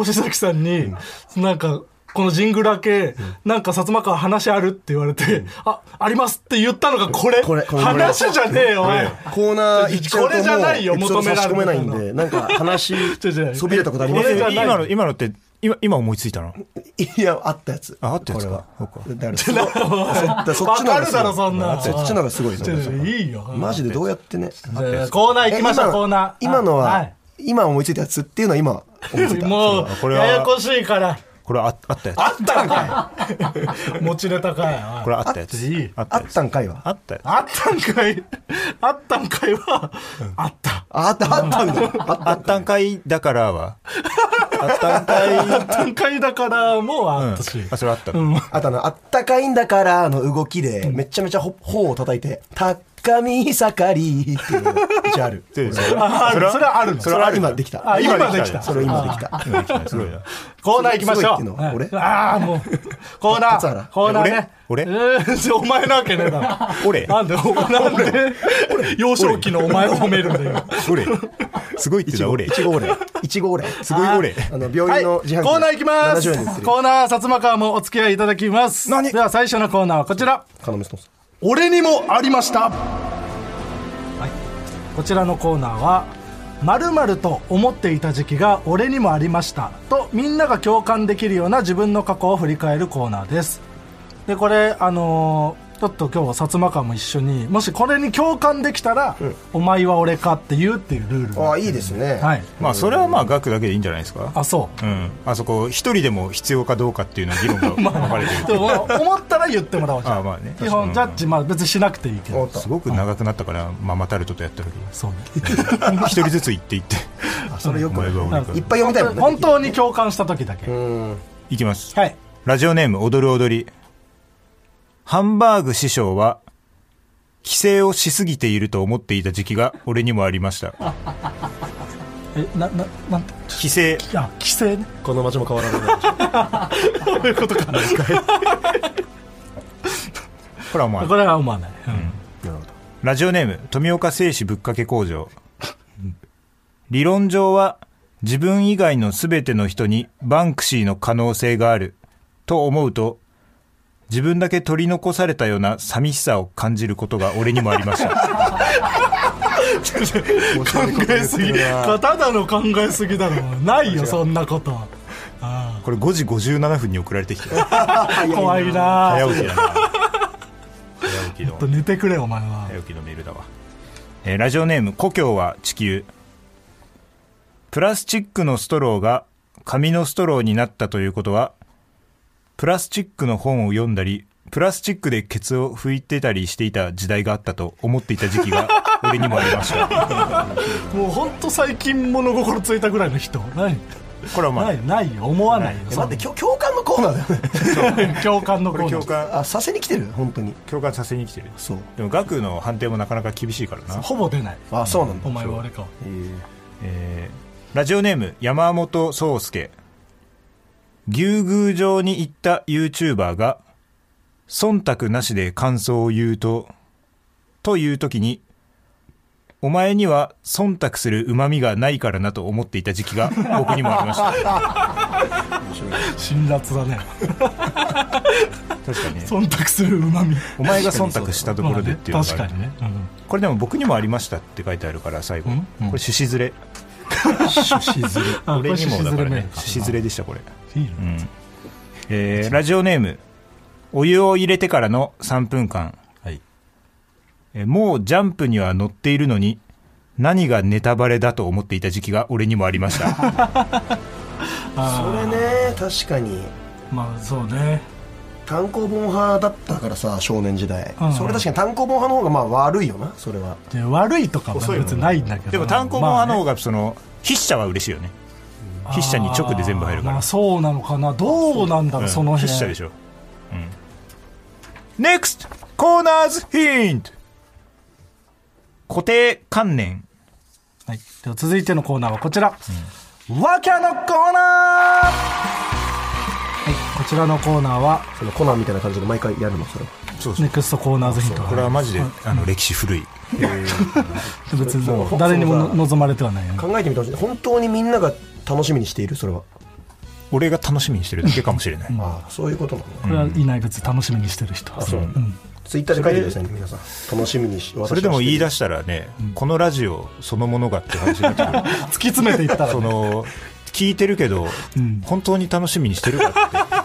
[SPEAKER 3] 越崎さんになんかこのジングルだけ、なんか薩摩川話あるって言われて、あ、ありますって言ったのがこれ。
[SPEAKER 4] これこれ
[SPEAKER 3] 話じゃねえよ、おい
[SPEAKER 4] コーナー行っちゃうともう
[SPEAKER 3] これじゃないよ
[SPEAKER 4] エピソード
[SPEAKER 3] 求められ
[SPEAKER 4] 差し
[SPEAKER 3] る
[SPEAKER 4] 込めないんでなんか話
[SPEAKER 3] 違う違う
[SPEAKER 4] そびれたことあります
[SPEAKER 3] これじゃない
[SPEAKER 2] 今の今のって今今思いついたの
[SPEAKER 4] いやあったやつ
[SPEAKER 2] ああったやつか
[SPEAKER 4] こ
[SPEAKER 2] そ
[SPEAKER 4] れはだからそだからそっちの
[SPEAKER 3] わか
[SPEAKER 4] 方が
[SPEAKER 3] る
[SPEAKER 4] す
[SPEAKER 3] だ
[SPEAKER 4] ご
[SPEAKER 3] ろ、
[SPEAKER 4] い
[SPEAKER 3] そんな。
[SPEAKER 4] そっちの方がすごい
[SPEAKER 3] ちょちょいいよ。
[SPEAKER 4] マジでどうやってね
[SPEAKER 3] じゃあコーナー行きましょ
[SPEAKER 4] え
[SPEAKER 3] う、
[SPEAKER 4] 今
[SPEAKER 3] コーナー。
[SPEAKER 4] 今の
[SPEAKER 3] は
[SPEAKER 4] はい今思いついたやつっていうのは今思いつい た
[SPEAKER 3] もう
[SPEAKER 2] あこ、れ
[SPEAKER 3] や
[SPEAKER 2] は
[SPEAKER 3] やこしいから。
[SPEAKER 2] これはああったやつ
[SPEAKER 3] あったんかい。持ちネタかい。おい
[SPEAKER 2] これあったやつ
[SPEAKER 3] いい
[SPEAKER 2] あっ
[SPEAKER 4] あ
[SPEAKER 2] た
[SPEAKER 4] っ
[SPEAKER 2] やつ
[SPEAKER 4] たんかいは
[SPEAKER 2] あったやつ
[SPEAKER 3] あったんかい。あったんかいは、あった。
[SPEAKER 4] ああったあったんだあっ
[SPEAKER 2] あったんかいだから はあったんか
[SPEAKER 3] あったんかいだからも
[SPEAKER 2] い、う
[SPEAKER 3] あ
[SPEAKER 2] ん
[SPEAKER 3] ったし。
[SPEAKER 2] あそれあったの、
[SPEAKER 4] あとあの、あったかいんだからの動きで、めちゃめちゃほ頬を叩いて、たかみさかりっていうのが一 応ある。
[SPEAKER 2] でそれ
[SPEAKER 3] あ
[SPEAKER 2] そ
[SPEAKER 3] る
[SPEAKER 2] れ
[SPEAKER 3] それはあるの。
[SPEAKER 4] それは今できた。
[SPEAKER 3] あ今できた
[SPEAKER 4] それ今できた。
[SPEAKER 2] 今できたねすごいな
[SPEAKER 3] コーナー行きましょ
[SPEAKER 4] すごいっていう
[SPEAKER 3] う。
[SPEAKER 4] のは俺
[SPEAKER 3] はいああ、もう。コーナ
[SPEAKER 4] 辰原
[SPEAKER 3] ー。コーナーね。
[SPEAKER 2] 俺
[SPEAKER 3] えーじゃあお前なわけねえだろ。
[SPEAKER 2] 俺
[SPEAKER 3] なんで、おなんで、幼少期のお前を褒めるんだよ。
[SPEAKER 2] 俺すごいって言う
[SPEAKER 4] いち
[SPEAKER 2] な
[SPEAKER 4] ご
[SPEAKER 2] 俺
[SPEAKER 4] いちごオレ。いちごオレ。
[SPEAKER 2] すごい俺
[SPEAKER 4] あの、病院の自販機。
[SPEAKER 3] コーナー行きま
[SPEAKER 4] 70円で売って
[SPEAKER 3] す。
[SPEAKER 4] る。
[SPEAKER 3] コーナー、薩摩川もお付き合いいただきます。
[SPEAKER 2] 何
[SPEAKER 3] では最初のコーナーはこちら。
[SPEAKER 4] カノメストンさん。
[SPEAKER 3] 俺にもありました、こちらのコーナーは「まると思っていた時期が俺にもありました」とみんなが共感できるような自分の過去を振り返るコーナーですでこれあのーちょっと今日薩摩川も一緒にもしこれに共感できたら「お前は俺か」って言うっていうルール
[SPEAKER 4] あ
[SPEAKER 3] は
[SPEAKER 4] あ、いいですね。
[SPEAKER 3] い
[SPEAKER 2] まあそれはまあ額だけでいいんじゃないですか
[SPEAKER 3] あそう
[SPEAKER 2] うん、あそこ一人でも必要かどうかっていうのは議論が 分かれてる、
[SPEAKER 3] でも思ったら言ってもらおうじゃん
[SPEAKER 2] あまあね
[SPEAKER 3] 基本ジャッジ、まあ、別にしなくていいけど
[SPEAKER 4] あ
[SPEAKER 2] すごく長くなったからママタルトとやった時
[SPEAKER 3] そうね
[SPEAKER 2] 一人ずつ行って行って
[SPEAKER 4] あそれよ
[SPEAKER 2] お
[SPEAKER 4] く
[SPEAKER 2] 前
[SPEAKER 4] いっ
[SPEAKER 2] は俺か
[SPEAKER 4] ぱい読みたいもん ね。
[SPEAKER 3] 本当に共感した時だけ
[SPEAKER 2] いきます
[SPEAKER 3] はい
[SPEAKER 2] ラジオネーム踊る踊りハンバーグ師匠は規制をしすぎていると思っていた時期が俺にもありました
[SPEAKER 3] えなななんて
[SPEAKER 2] 規制
[SPEAKER 3] あ規制ね
[SPEAKER 4] この街も変わらない。
[SPEAKER 3] そういうことか
[SPEAKER 2] ほらお前
[SPEAKER 3] これは思わない、うん
[SPEAKER 2] ラジオネーム富岡製紙ぶっかけ工場理論上は自分以外の全ての人にバンクシーの可能性があると思うと自分だけ取り残されたような寂しさを感じることが俺にもありました
[SPEAKER 3] 考えすぎただの考えすぎだろないよそんなことあ
[SPEAKER 2] これ5時57分に送られてきた
[SPEAKER 3] あ怖い
[SPEAKER 2] 早
[SPEAKER 3] な
[SPEAKER 2] 起きだな早起きの
[SPEAKER 3] と寝てくれお前は
[SPEAKER 2] 早起きのメールだわ、えーラジオネーム「故郷は地球」プラスチックのストローが紙のストローになったということはプラスチックの本を読んだりプラスチックでケツを拭いてたりしていた時代があったと思っていた時期が俺にもありました
[SPEAKER 3] もうほんと最近物心ついたぐらいの人ない
[SPEAKER 2] これはま
[SPEAKER 3] な
[SPEAKER 2] あ
[SPEAKER 3] いないよ思わないよ
[SPEAKER 5] 待って、きょ共感のコーナーだよ ね。
[SPEAKER 3] 共感の
[SPEAKER 2] こ
[SPEAKER 3] コ
[SPEAKER 2] れ
[SPEAKER 3] ーナ
[SPEAKER 2] 共
[SPEAKER 3] ー
[SPEAKER 2] 感
[SPEAKER 5] あ、させに来てる本当に。
[SPEAKER 2] 共感させに来てる
[SPEAKER 5] そう。
[SPEAKER 2] でも額の判定もなかなか厳しいからな
[SPEAKER 3] ほぼ出ない
[SPEAKER 5] あ、そうなんだ
[SPEAKER 3] お。前はあれか
[SPEAKER 2] えーラジオネーム山本壮介牛宮城に行った YouTuber が忖度なしで感想を言うとという時にお前には忖度するうまみがないからなと思っていた時期 が僕にもありました
[SPEAKER 3] 辛辣だね
[SPEAKER 2] 確かにね
[SPEAKER 3] 忖度するうまみ
[SPEAKER 2] お前が忖度したところでっていうのがある
[SPEAKER 3] 確かにね、うん
[SPEAKER 2] これでも僕にもありましたって書いてあるから最後、
[SPEAKER 3] んうん
[SPEAKER 2] これ趣旨ずれ
[SPEAKER 3] あ
[SPEAKER 2] 俺にもだから
[SPEAKER 3] これ
[SPEAKER 2] ね趣旨
[SPEAKER 3] 獅子ず
[SPEAKER 2] ず
[SPEAKER 3] れ
[SPEAKER 2] れでしたこれ
[SPEAKER 3] めいいの
[SPEAKER 2] えーラジオネームお湯を入れてからの3分間、
[SPEAKER 1] はい
[SPEAKER 2] えーもうジャンプには乗っているのに何がネタバレだと思っていた時期が俺にもありました
[SPEAKER 5] それね、確かに。
[SPEAKER 3] まあそうね
[SPEAKER 5] 単行本派だったからさ、少年時代
[SPEAKER 3] うん。
[SPEAKER 5] それ確かに単行本派の方がまあ悪いよな、それは。
[SPEAKER 3] で悪いとかも別にないんだけど
[SPEAKER 2] でも単行本
[SPEAKER 3] まあ
[SPEAKER 2] 派
[SPEAKER 3] ね
[SPEAKER 2] の方がその筆者は嬉しいよね筆者に直で全部入るか
[SPEAKER 3] あーま
[SPEAKER 2] ら
[SPEAKER 3] あ、そうなのかなどうなんだろう、
[SPEAKER 2] うん
[SPEAKER 3] その辺
[SPEAKER 2] 筆者でしょ、うん、NEXT コーナーズヒント固定観念
[SPEAKER 3] はい、では続いてのコーナーはこちら、ワキャのコーナーはい、こちらのコーナーは
[SPEAKER 5] そのコナンみたいな感じで毎回やるの、それは。
[SPEAKER 3] ネクストコーナーズヒント
[SPEAKER 2] これはマジであの歴史古い
[SPEAKER 3] 別に誰にも望まれてはないよね
[SPEAKER 5] 考えてみてほしい。本当にみんなが楽しみにしている、それは。
[SPEAKER 2] 俺が楽しみにしてるだけかもしれない
[SPEAKER 5] ああ、そういうことなのね。
[SPEAKER 3] これはいない別に楽しみにしてる人は
[SPEAKER 5] そうなんだツイッターで書いてくださいね、皆さん。楽しみにし、
[SPEAKER 2] それでも言い出
[SPEAKER 5] し。
[SPEAKER 2] したらね、このラジオそのものがって話になって くる
[SPEAKER 3] 突き詰めていったら、
[SPEAKER 2] その聞いてるけど、本当に楽しみにしてるか って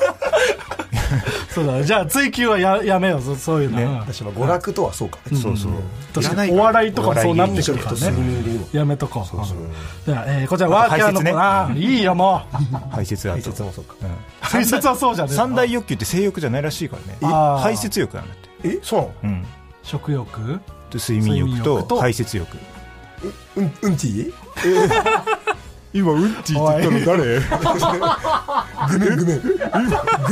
[SPEAKER 3] そうだじゃあ追求はややめようそそういうのは、
[SPEAKER 5] 私は娯楽とはそうか。
[SPEAKER 2] そうそう、
[SPEAKER 3] 確かに
[SPEAKER 2] いらないから
[SPEAKER 3] お笑いとかもそうなってく
[SPEAKER 5] 食
[SPEAKER 3] るから
[SPEAKER 5] と
[SPEAKER 3] ね
[SPEAKER 5] 睡眠でいいの。
[SPEAKER 3] やめとこううんじゃあ、えーこちらワーキャーのコーナー、いいよもう
[SPEAKER 2] 排泄だ
[SPEAKER 5] 解
[SPEAKER 2] と
[SPEAKER 5] 説もそうか。
[SPEAKER 3] 解説はそうじゃ ねえ
[SPEAKER 2] 三大欲求って性欲じゃないらしいからね
[SPEAKER 3] あー
[SPEAKER 2] 排泄欲なんだって、
[SPEAKER 5] え、そうなの
[SPEAKER 2] うん、
[SPEAKER 3] 食欲
[SPEAKER 2] で睡眠欲
[SPEAKER 3] 睡眠欲
[SPEAKER 2] と
[SPEAKER 3] と
[SPEAKER 2] 排泄欲
[SPEAKER 5] うん、うんちいい
[SPEAKER 2] 今うんち言ってたの誰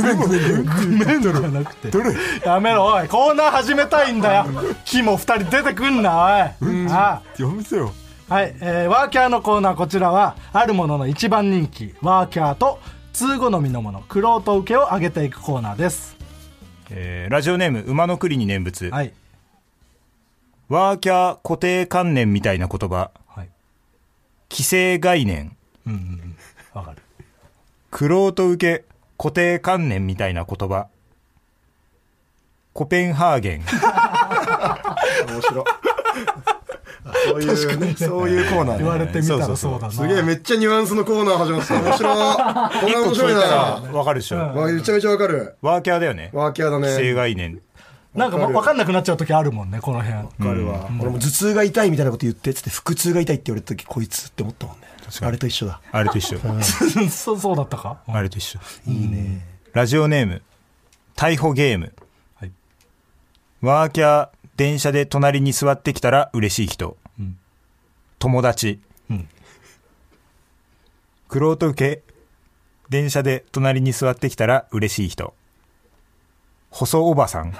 [SPEAKER 3] じゃなくてやめろおいコーナー始めたいんだよキモ二人出てくんなおい、あ
[SPEAKER 2] やめてよ
[SPEAKER 3] あはい、えーワーキャーのコーナーこちらはあるものの一番人気ワーキャーと通好みのものクロート受けを上げていくコーナーです
[SPEAKER 2] えーラジオネーム馬の栗に念仏、
[SPEAKER 3] はい、
[SPEAKER 2] ワーキャー固定観念みたいな言葉
[SPEAKER 3] はい、
[SPEAKER 2] 既成概念
[SPEAKER 3] うんうんうんわかる
[SPEAKER 2] クロート受け固定観念みたいな言葉コペンハーゲン
[SPEAKER 5] 面白い。あそういうね、そういうコーナーね
[SPEAKER 3] 言われてみた
[SPEAKER 2] そう
[SPEAKER 3] ら
[SPEAKER 2] そ
[SPEAKER 3] そううだな
[SPEAKER 5] すげえ、めっちゃニュアンスのコーナー始まった。面白い。これ面白いな。
[SPEAKER 2] わかるでしょ、
[SPEAKER 5] わめちゃめちゃわかる。
[SPEAKER 2] ワーキャーだよね
[SPEAKER 5] ワーキャーだね。
[SPEAKER 2] 既成概念
[SPEAKER 3] なんかわわかんなくなっちゃう時あるもんねこの辺
[SPEAKER 5] わかるわ。俺も頭痛が痛いみたいなこと言ってっつって、腹痛が痛いって言われた時、こいつって思ったもんね。あれと一緒だ。
[SPEAKER 2] あれと 一緒
[SPEAKER 3] そうそうだったか
[SPEAKER 2] あれと一緒いいねラジオネーム逮捕ゲーム、
[SPEAKER 3] はい
[SPEAKER 2] ワーキャー電車で隣に座ってきたら嬉しい人、友達、
[SPEAKER 3] うん
[SPEAKER 2] クロート受け電車で隣に座ってきたら嬉しい人細おばさん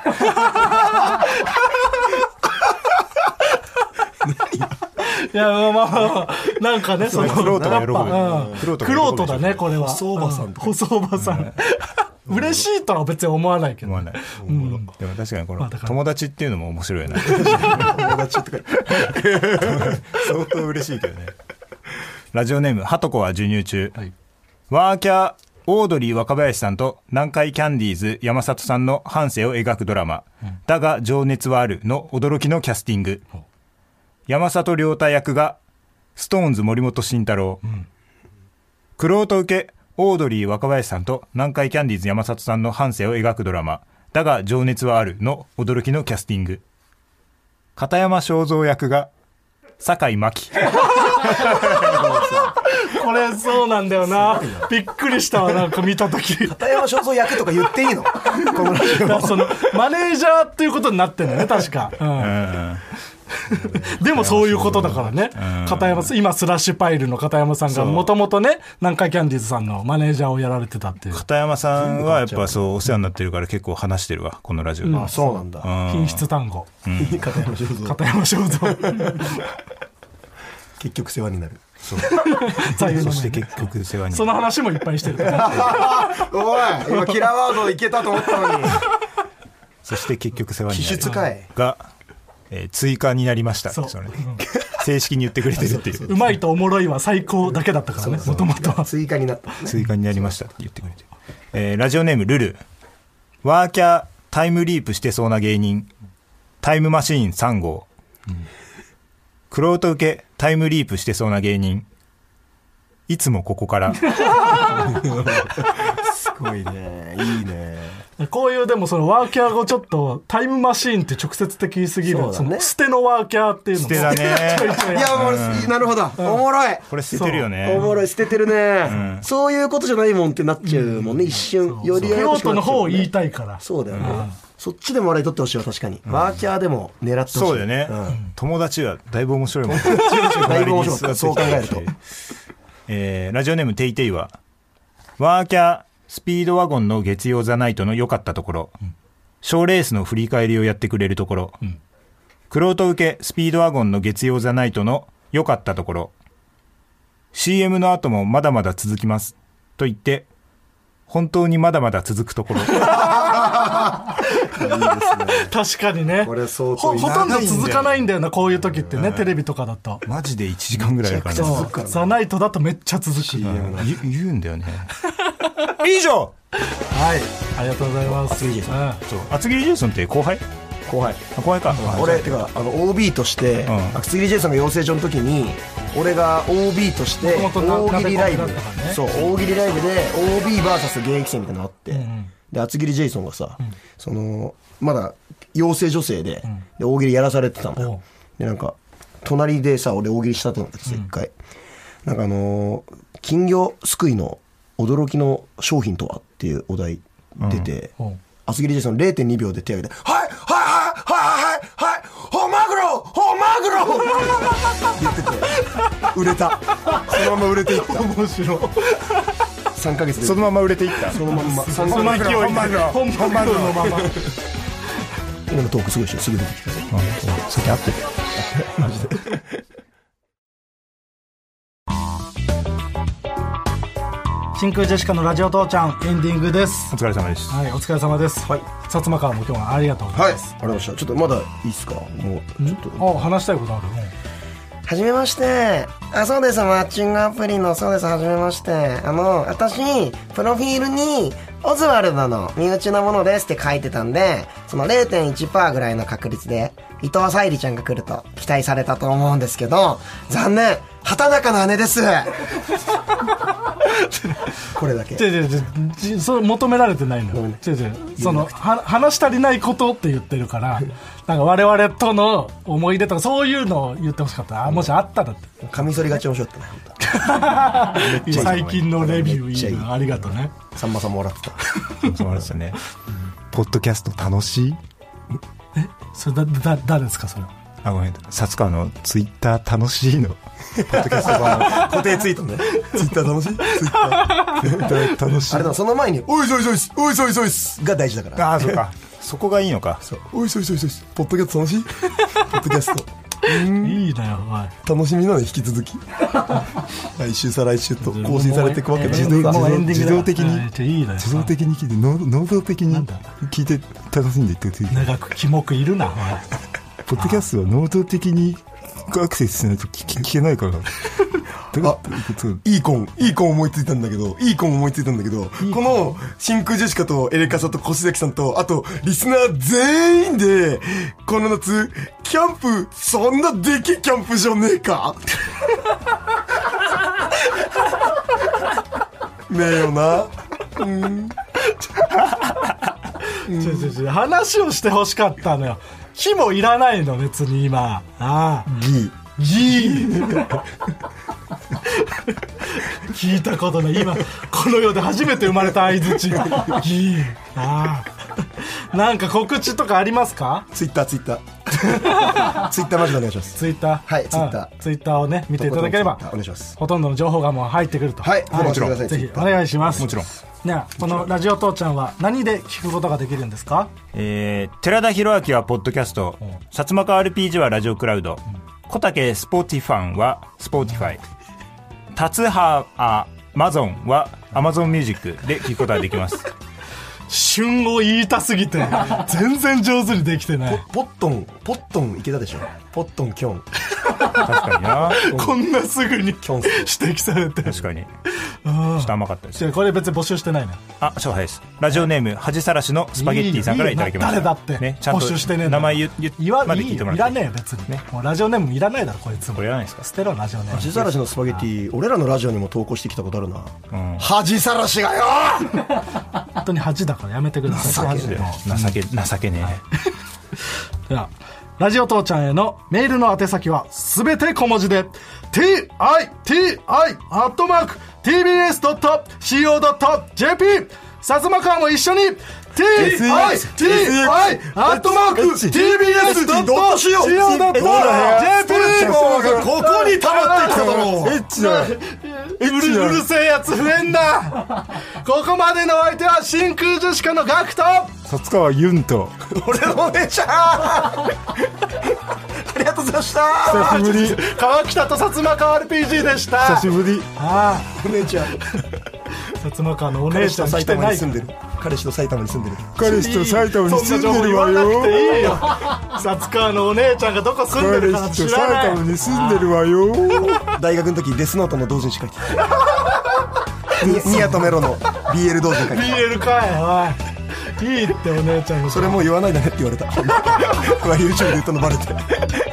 [SPEAKER 3] いやまあまあまあなんかねその
[SPEAKER 2] クロートが喜ぶ
[SPEAKER 3] やっぱうん
[SPEAKER 2] クロートが喜ぶでしょ
[SPEAKER 3] クロートだねこれは
[SPEAKER 5] 細おばさんとか
[SPEAKER 3] う細おばさん嬉しいとは別に思わないけ
[SPEAKER 2] 思
[SPEAKER 3] ど
[SPEAKER 2] わない、でも確かにこ
[SPEAKER 3] まあ
[SPEAKER 2] の
[SPEAKER 3] だから
[SPEAKER 2] 友達っていうのも面白いよ ね
[SPEAKER 5] 友達とか。
[SPEAKER 2] 相当嬉しいけどねラジオネームはとこは授乳中、
[SPEAKER 3] はい
[SPEAKER 2] ワーキャーオードリー若林さんと南海キャンディーズ山里さんの半生を描くドラマ「だが情熱はある」の驚きのキャスティング、山里亮太役が、ストーンズ森本慎太郎。クロート受け、オードリー若林さんと南海キャンディーズ山里さんの半生を描くドラマ、だが情熱はあるの驚きのキャスティング。片山正蔵役が、酒井真紀。
[SPEAKER 3] これそうなんだよなびっくりしたわなんか見た時
[SPEAKER 5] 片山正蔵役とか言っていいのこのラジ オ
[SPEAKER 3] そのマネージャーっていうことになってんだよね確か、でもそういうことだからね、片山さん今スラッシュパイルの片山さんがもともとね南海キャンディーズさんのマネージャーをやられてたっていう
[SPEAKER 2] 片山さんはやっぱそう、お世話になってるから結構話してるわ、このラジオで。
[SPEAKER 5] あそうなんだ
[SPEAKER 3] 品質単語、
[SPEAKER 5] 片山正蔵
[SPEAKER 3] 片山正蔵
[SPEAKER 5] 結局世話になる
[SPEAKER 3] 座右
[SPEAKER 2] そ
[SPEAKER 3] の銘
[SPEAKER 2] して結局世話に
[SPEAKER 3] その話もいっぱいしてるから
[SPEAKER 4] おい今キラーワードいけたと思った のに
[SPEAKER 2] そして結局世話
[SPEAKER 5] 気
[SPEAKER 2] にな
[SPEAKER 5] 質
[SPEAKER 2] る
[SPEAKER 5] かい
[SPEAKER 2] が、えー追加になりました
[SPEAKER 3] そう
[SPEAKER 2] それ正式に言ってくれてるっていう
[SPEAKER 3] うまいとおもろいは最高だけだったからねもともとは
[SPEAKER 5] 追加になった
[SPEAKER 2] 追加になりましたって言ってくれてる、えーラジオネームルルワーキャータイムリープしてそうな芸人タイムマシーン3号、クロート受けタイムリープしてそうな芸人いつもここから
[SPEAKER 5] すごいねいいね
[SPEAKER 3] こういうでもそのワーキャー語ちょっとタイムマシーンって直接的すぎる
[SPEAKER 5] そうだ
[SPEAKER 3] そ,、
[SPEAKER 5] ね
[SPEAKER 3] の捨てのワーキャーっていうの
[SPEAKER 2] 捨
[SPEAKER 3] も
[SPEAKER 2] てだ
[SPEAKER 3] ちょい
[SPEAKER 2] ね
[SPEAKER 3] ちょい
[SPEAKER 4] いやもうなるほどおもろい
[SPEAKER 2] これ捨ててるよね
[SPEAKER 5] おもろい捨ててるねそういうことじゃないもんってなっちゃうもんね一瞬よりややこ
[SPEAKER 3] 用
[SPEAKER 5] しく
[SPEAKER 3] 途
[SPEAKER 5] な
[SPEAKER 3] の
[SPEAKER 5] っちゃう
[SPEAKER 3] 方を
[SPEAKER 5] もんね
[SPEAKER 3] 言いたいから
[SPEAKER 5] そうだよねそっちでも笑い取ってほしいわ確かにワーキャーでも狙ってほしい
[SPEAKER 2] そうだよね、
[SPEAKER 5] ん
[SPEAKER 2] 友達はだいぶ面白いもん
[SPEAKER 5] だいぶ面白かったそう考えると
[SPEAKER 2] えーラジオネームテイテイは、ワーキャー、スピードワゴンの月曜ザナイトの良かったところ、賞、ーレースの振り返りをやってくれるところ、クロート受け、スピードワゴンの月曜ザナイトの良かったところ、CM の後もまだまだ続きます、と言って、本当にまだまだ続くところ。
[SPEAKER 3] 確かにね
[SPEAKER 5] これ相当
[SPEAKER 3] ほ
[SPEAKER 5] いい
[SPEAKER 3] ほとんど続かないんだよなこういう時ってねテレビとかだと
[SPEAKER 2] マジで1時間ぐらいあるからね
[SPEAKER 3] そうザナイトだとめっちゃ続く
[SPEAKER 2] 言う言うんだよね。 以上
[SPEAKER 3] はいありがとうございますうん
[SPEAKER 2] そう厚切りジェイソンって後輩
[SPEAKER 5] 後輩
[SPEAKER 2] あ後輩か。
[SPEAKER 5] 俺てかあの OB として
[SPEAKER 2] ん
[SPEAKER 5] 厚切り J さんが養成所の時に俺が OB として
[SPEAKER 3] もともとな
[SPEAKER 5] 大喜利ライブ
[SPEAKER 3] 鍋コンだったからね
[SPEAKER 5] そう大喜利ライブで OBVS 現役生みたいなのあってで厚切りジェイソンがさそのまだ養成女性でで大喜利やらされてたの
[SPEAKER 3] おう
[SPEAKER 5] よでなんか隣でさ俺大喜利したってなったんですよ一回なんかあのー金魚すくいの驚きの商品とはっていうお題出て、
[SPEAKER 3] うんうん
[SPEAKER 5] 厚切りジェイソン0.2秒で手を挙げて「はいはいはいはいはいはい本マグロ本マグロ!」言ってて売れたそのまま売れていった
[SPEAKER 3] 面白い
[SPEAKER 5] 3ヶ月で
[SPEAKER 2] そのまま売れていった。
[SPEAKER 5] そのまんま3
[SPEAKER 3] そ
[SPEAKER 5] ヶ
[SPEAKER 3] の
[SPEAKER 5] 月
[SPEAKER 3] 勢い
[SPEAKER 5] で
[SPEAKER 3] 本番の本番のまま
[SPEAKER 5] 今のトークすごいでしょすぐ出てきた
[SPEAKER 2] それ合ってる。
[SPEAKER 3] 真空ジェシカのラジオ父ちゃんエンディングです
[SPEAKER 2] お疲れ様 です。
[SPEAKER 3] はいお疲れ様ですはい薩摩川も今日はありがとうございます
[SPEAKER 5] はいありがとうございましたちょっとまだいいっすかもうちょっと
[SPEAKER 3] あ話したいことあるね
[SPEAKER 4] はじめまして。あ、そうです。マッチングアプリの、そうです。はじめまして。あの、私、プロフィールに、オズワルドの身内のものですって書いてたんで、その0.1%ぐらいの確率で、伊藤沙莉ちゃんが来ると期待されたと思うんですけど、残念畑中の姉です
[SPEAKER 5] これだけ
[SPEAKER 3] 違う違う違うじそれ求められてないのよ、違う違うそのは話し足りないことって言ってるからなんか我々との思い出とかそういうのを言ってほしかったあもしあったらって
[SPEAKER 5] カミソリがち面白かったね本当
[SPEAKER 3] 最近のレビューいい
[SPEAKER 5] めっちゃい
[SPEAKER 3] なありがとうね
[SPEAKER 5] さんまさんも笑ってた
[SPEAKER 2] そうですよね。ポッドキャスト楽しい
[SPEAKER 3] それだだ誰ですかそれは
[SPEAKER 2] あ、ごめん。さつかのツイッター楽しいの。ポッドキャスト版
[SPEAKER 5] 固定ツイートねツイッター楽しいツイッター
[SPEAKER 2] ツイッター楽しい
[SPEAKER 5] あれ。だその前に「おいそいそいっすおいそいそいっす」が大事だから
[SPEAKER 2] ああ、そうか。 そこがいいのか。
[SPEAKER 5] 「おいそいそいそいっすポッドキャスト楽し い? 」ポッドキャス
[SPEAKER 3] いいなよおい
[SPEAKER 5] ト楽しみなので引き 続き来週再来週と更新されていくわけ
[SPEAKER 3] もう
[SPEAKER 5] で
[SPEAKER 3] エ
[SPEAKER 5] す
[SPEAKER 3] ンディングだもう
[SPEAKER 5] 自動
[SPEAKER 3] エンディング
[SPEAKER 5] 自
[SPEAKER 3] だ
[SPEAKER 5] 動的
[SPEAKER 3] うん
[SPEAKER 5] に
[SPEAKER 3] じゃあいいなよ
[SPEAKER 5] 自動的に聞いて能能動的に
[SPEAKER 3] なんだ
[SPEAKER 5] 聞いて楽しんでいってくれ
[SPEAKER 3] 長くキモくいるなおい
[SPEAKER 5] ポッドキャストは能動的にアクセスしないと聞けないからあいいコンいいコン思いついたんだけどいいコン思いついたんだけどこの真空ジェシカとエレカサと越崎さんとあとリスナー全員でこの夏キャンプそんなでけえキャンプ場ねえか ねえよな
[SPEAKER 3] ちょちょちょ話をしてほしかったのよ木もいらないの別に今ああ
[SPEAKER 5] ギ
[SPEAKER 3] いい聞いたことない今この世で初めて生まれた相づちいいああなんか告知とかありますか
[SPEAKER 5] ツイッターツイッター ツイッターマジでお願いします
[SPEAKER 3] ツイッター
[SPEAKER 5] はい Twitter
[SPEAKER 3] うんツイッターをね見ていただければ
[SPEAKER 5] とことん Twitter お願いします
[SPEAKER 3] ほとんどの情報がもう入ってくると
[SPEAKER 5] はいフォローしてください
[SPEAKER 3] ぜひお
[SPEAKER 5] Twitter
[SPEAKER 3] 願いします
[SPEAKER 2] もちろん
[SPEAKER 3] ねあこのラジオ父ちゃんは何で聞くことができるんですか
[SPEAKER 2] えー、寺田博明はポッドキャスト、薩摩川 RPG はラジオクラウド、小竹スポーティファンはスポーティファイ、タツハアマゾンはアマゾンミュージックで聞くことができます。
[SPEAKER 3] 旬を言いたすぎて全然上手にできてない
[SPEAKER 5] ポットンポットンいけたでしょポットンキョン
[SPEAKER 2] 確かにな。
[SPEAKER 3] こんなすぐに指
[SPEAKER 5] ョン
[SPEAKER 3] 摘され て
[SPEAKER 2] 確かに。ちょっと甘かったです。
[SPEAKER 3] 違うこれ別に募集してないな
[SPEAKER 2] あ、勝敗です。ラジオネーム、恥さらしのスパゲッティさんからいただきました。
[SPEAKER 3] いいよいいよ誰だって
[SPEAKER 2] ね、ちゃん
[SPEAKER 3] 募集してねえ
[SPEAKER 2] と
[SPEAKER 3] んだ
[SPEAKER 2] 名前言言
[SPEAKER 3] 言わ
[SPEAKER 2] まで
[SPEAKER 3] い
[SPEAKER 2] 聞い
[SPEAKER 3] い
[SPEAKER 2] て
[SPEAKER 3] よ
[SPEAKER 2] も
[SPEAKER 3] い
[SPEAKER 2] ら
[SPEAKER 3] ら
[SPEAKER 2] って。
[SPEAKER 3] ねえよ別にねもうラジオネームいらないだろこいつも
[SPEAKER 2] これやらないですか
[SPEAKER 3] 捨てろラジオネー
[SPEAKER 5] 恥
[SPEAKER 3] ム
[SPEAKER 5] さらしのスパゲティ俺らのラジオにも投稿してきたことあるな、
[SPEAKER 2] ん
[SPEAKER 5] 恥さらしがよ
[SPEAKER 3] 本当に恥だからやめてくださいマジで
[SPEAKER 2] マジで情け、情けねえ。
[SPEAKER 3] ではラジオ父ちゃんへのメールの宛先はすべて小文字で TITI-tbs.co.jp 薩摩川も一緒に TITI-tbs.co.jp
[SPEAKER 5] ここに溜まってきただ ろう
[SPEAKER 3] うるうるせえやつ増えんなここまでのお相手は真空ジェシカのガク ト
[SPEAKER 2] 薩川ユンと、
[SPEAKER 5] 俺のお姉ちゃんあ りがとうございました
[SPEAKER 2] 久しぶり、
[SPEAKER 3] 川北と薩摩川 RPG でした
[SPEAKER 2] 久しぶり。
[SPEAKER 3] あ
[SPEAKER 5] お姉ちゃん
[SPEAKER 3] あ薩摩川のお
[SPEAKER 5] 彼
[SPEAKER 3] 姉
[SPEAKER 5] 氏
[SPEAKER 3] ちゃ
[SPEAKER 5] と
[SPEAKER 3] ん来
[SPEAKER 5] 埼
[SPEAKER 3] て
[SPEAKER 5] 玉
[SPEAKER 3] な
[SPEAKER 5] に
[SPEAKER 3] い
[SPEAKER 5] 住んでる彼氏と埼玉に住んでる
[SPEAKER 2] 彼氏と埼玉に住んでるわ
[SPEAKER 3] そんな情報言わなく
[SPEAKER 2] よ。
[SPEAKER 3] ていいよ薩川のお姉ちゃんがどこ住んで
[SPEAKER 2] 彼
[SPEAKER 3] るか
[SPEAKER 2] 氏
[SPEAKER 3] 知
[SPEAKER 2] と
[SPEAKER 3] ら
[SPEAKER 2] 埼
[SPEAKER 3] な
[SPEAKER 2] 玉
[SPEAKER 3] い
[SPEAKER 2] に住んでるわよ。
[SPEAKER 5] 大学の時デスノートの同人誌書いてたニニアとメロの BL 同人書いてた
[SPEAKER 3] BL かいおいいいってお姉ちゃんの
[SPEAKER 5] それもう言わないでねって言われたこれは YouTube で言ったのバレて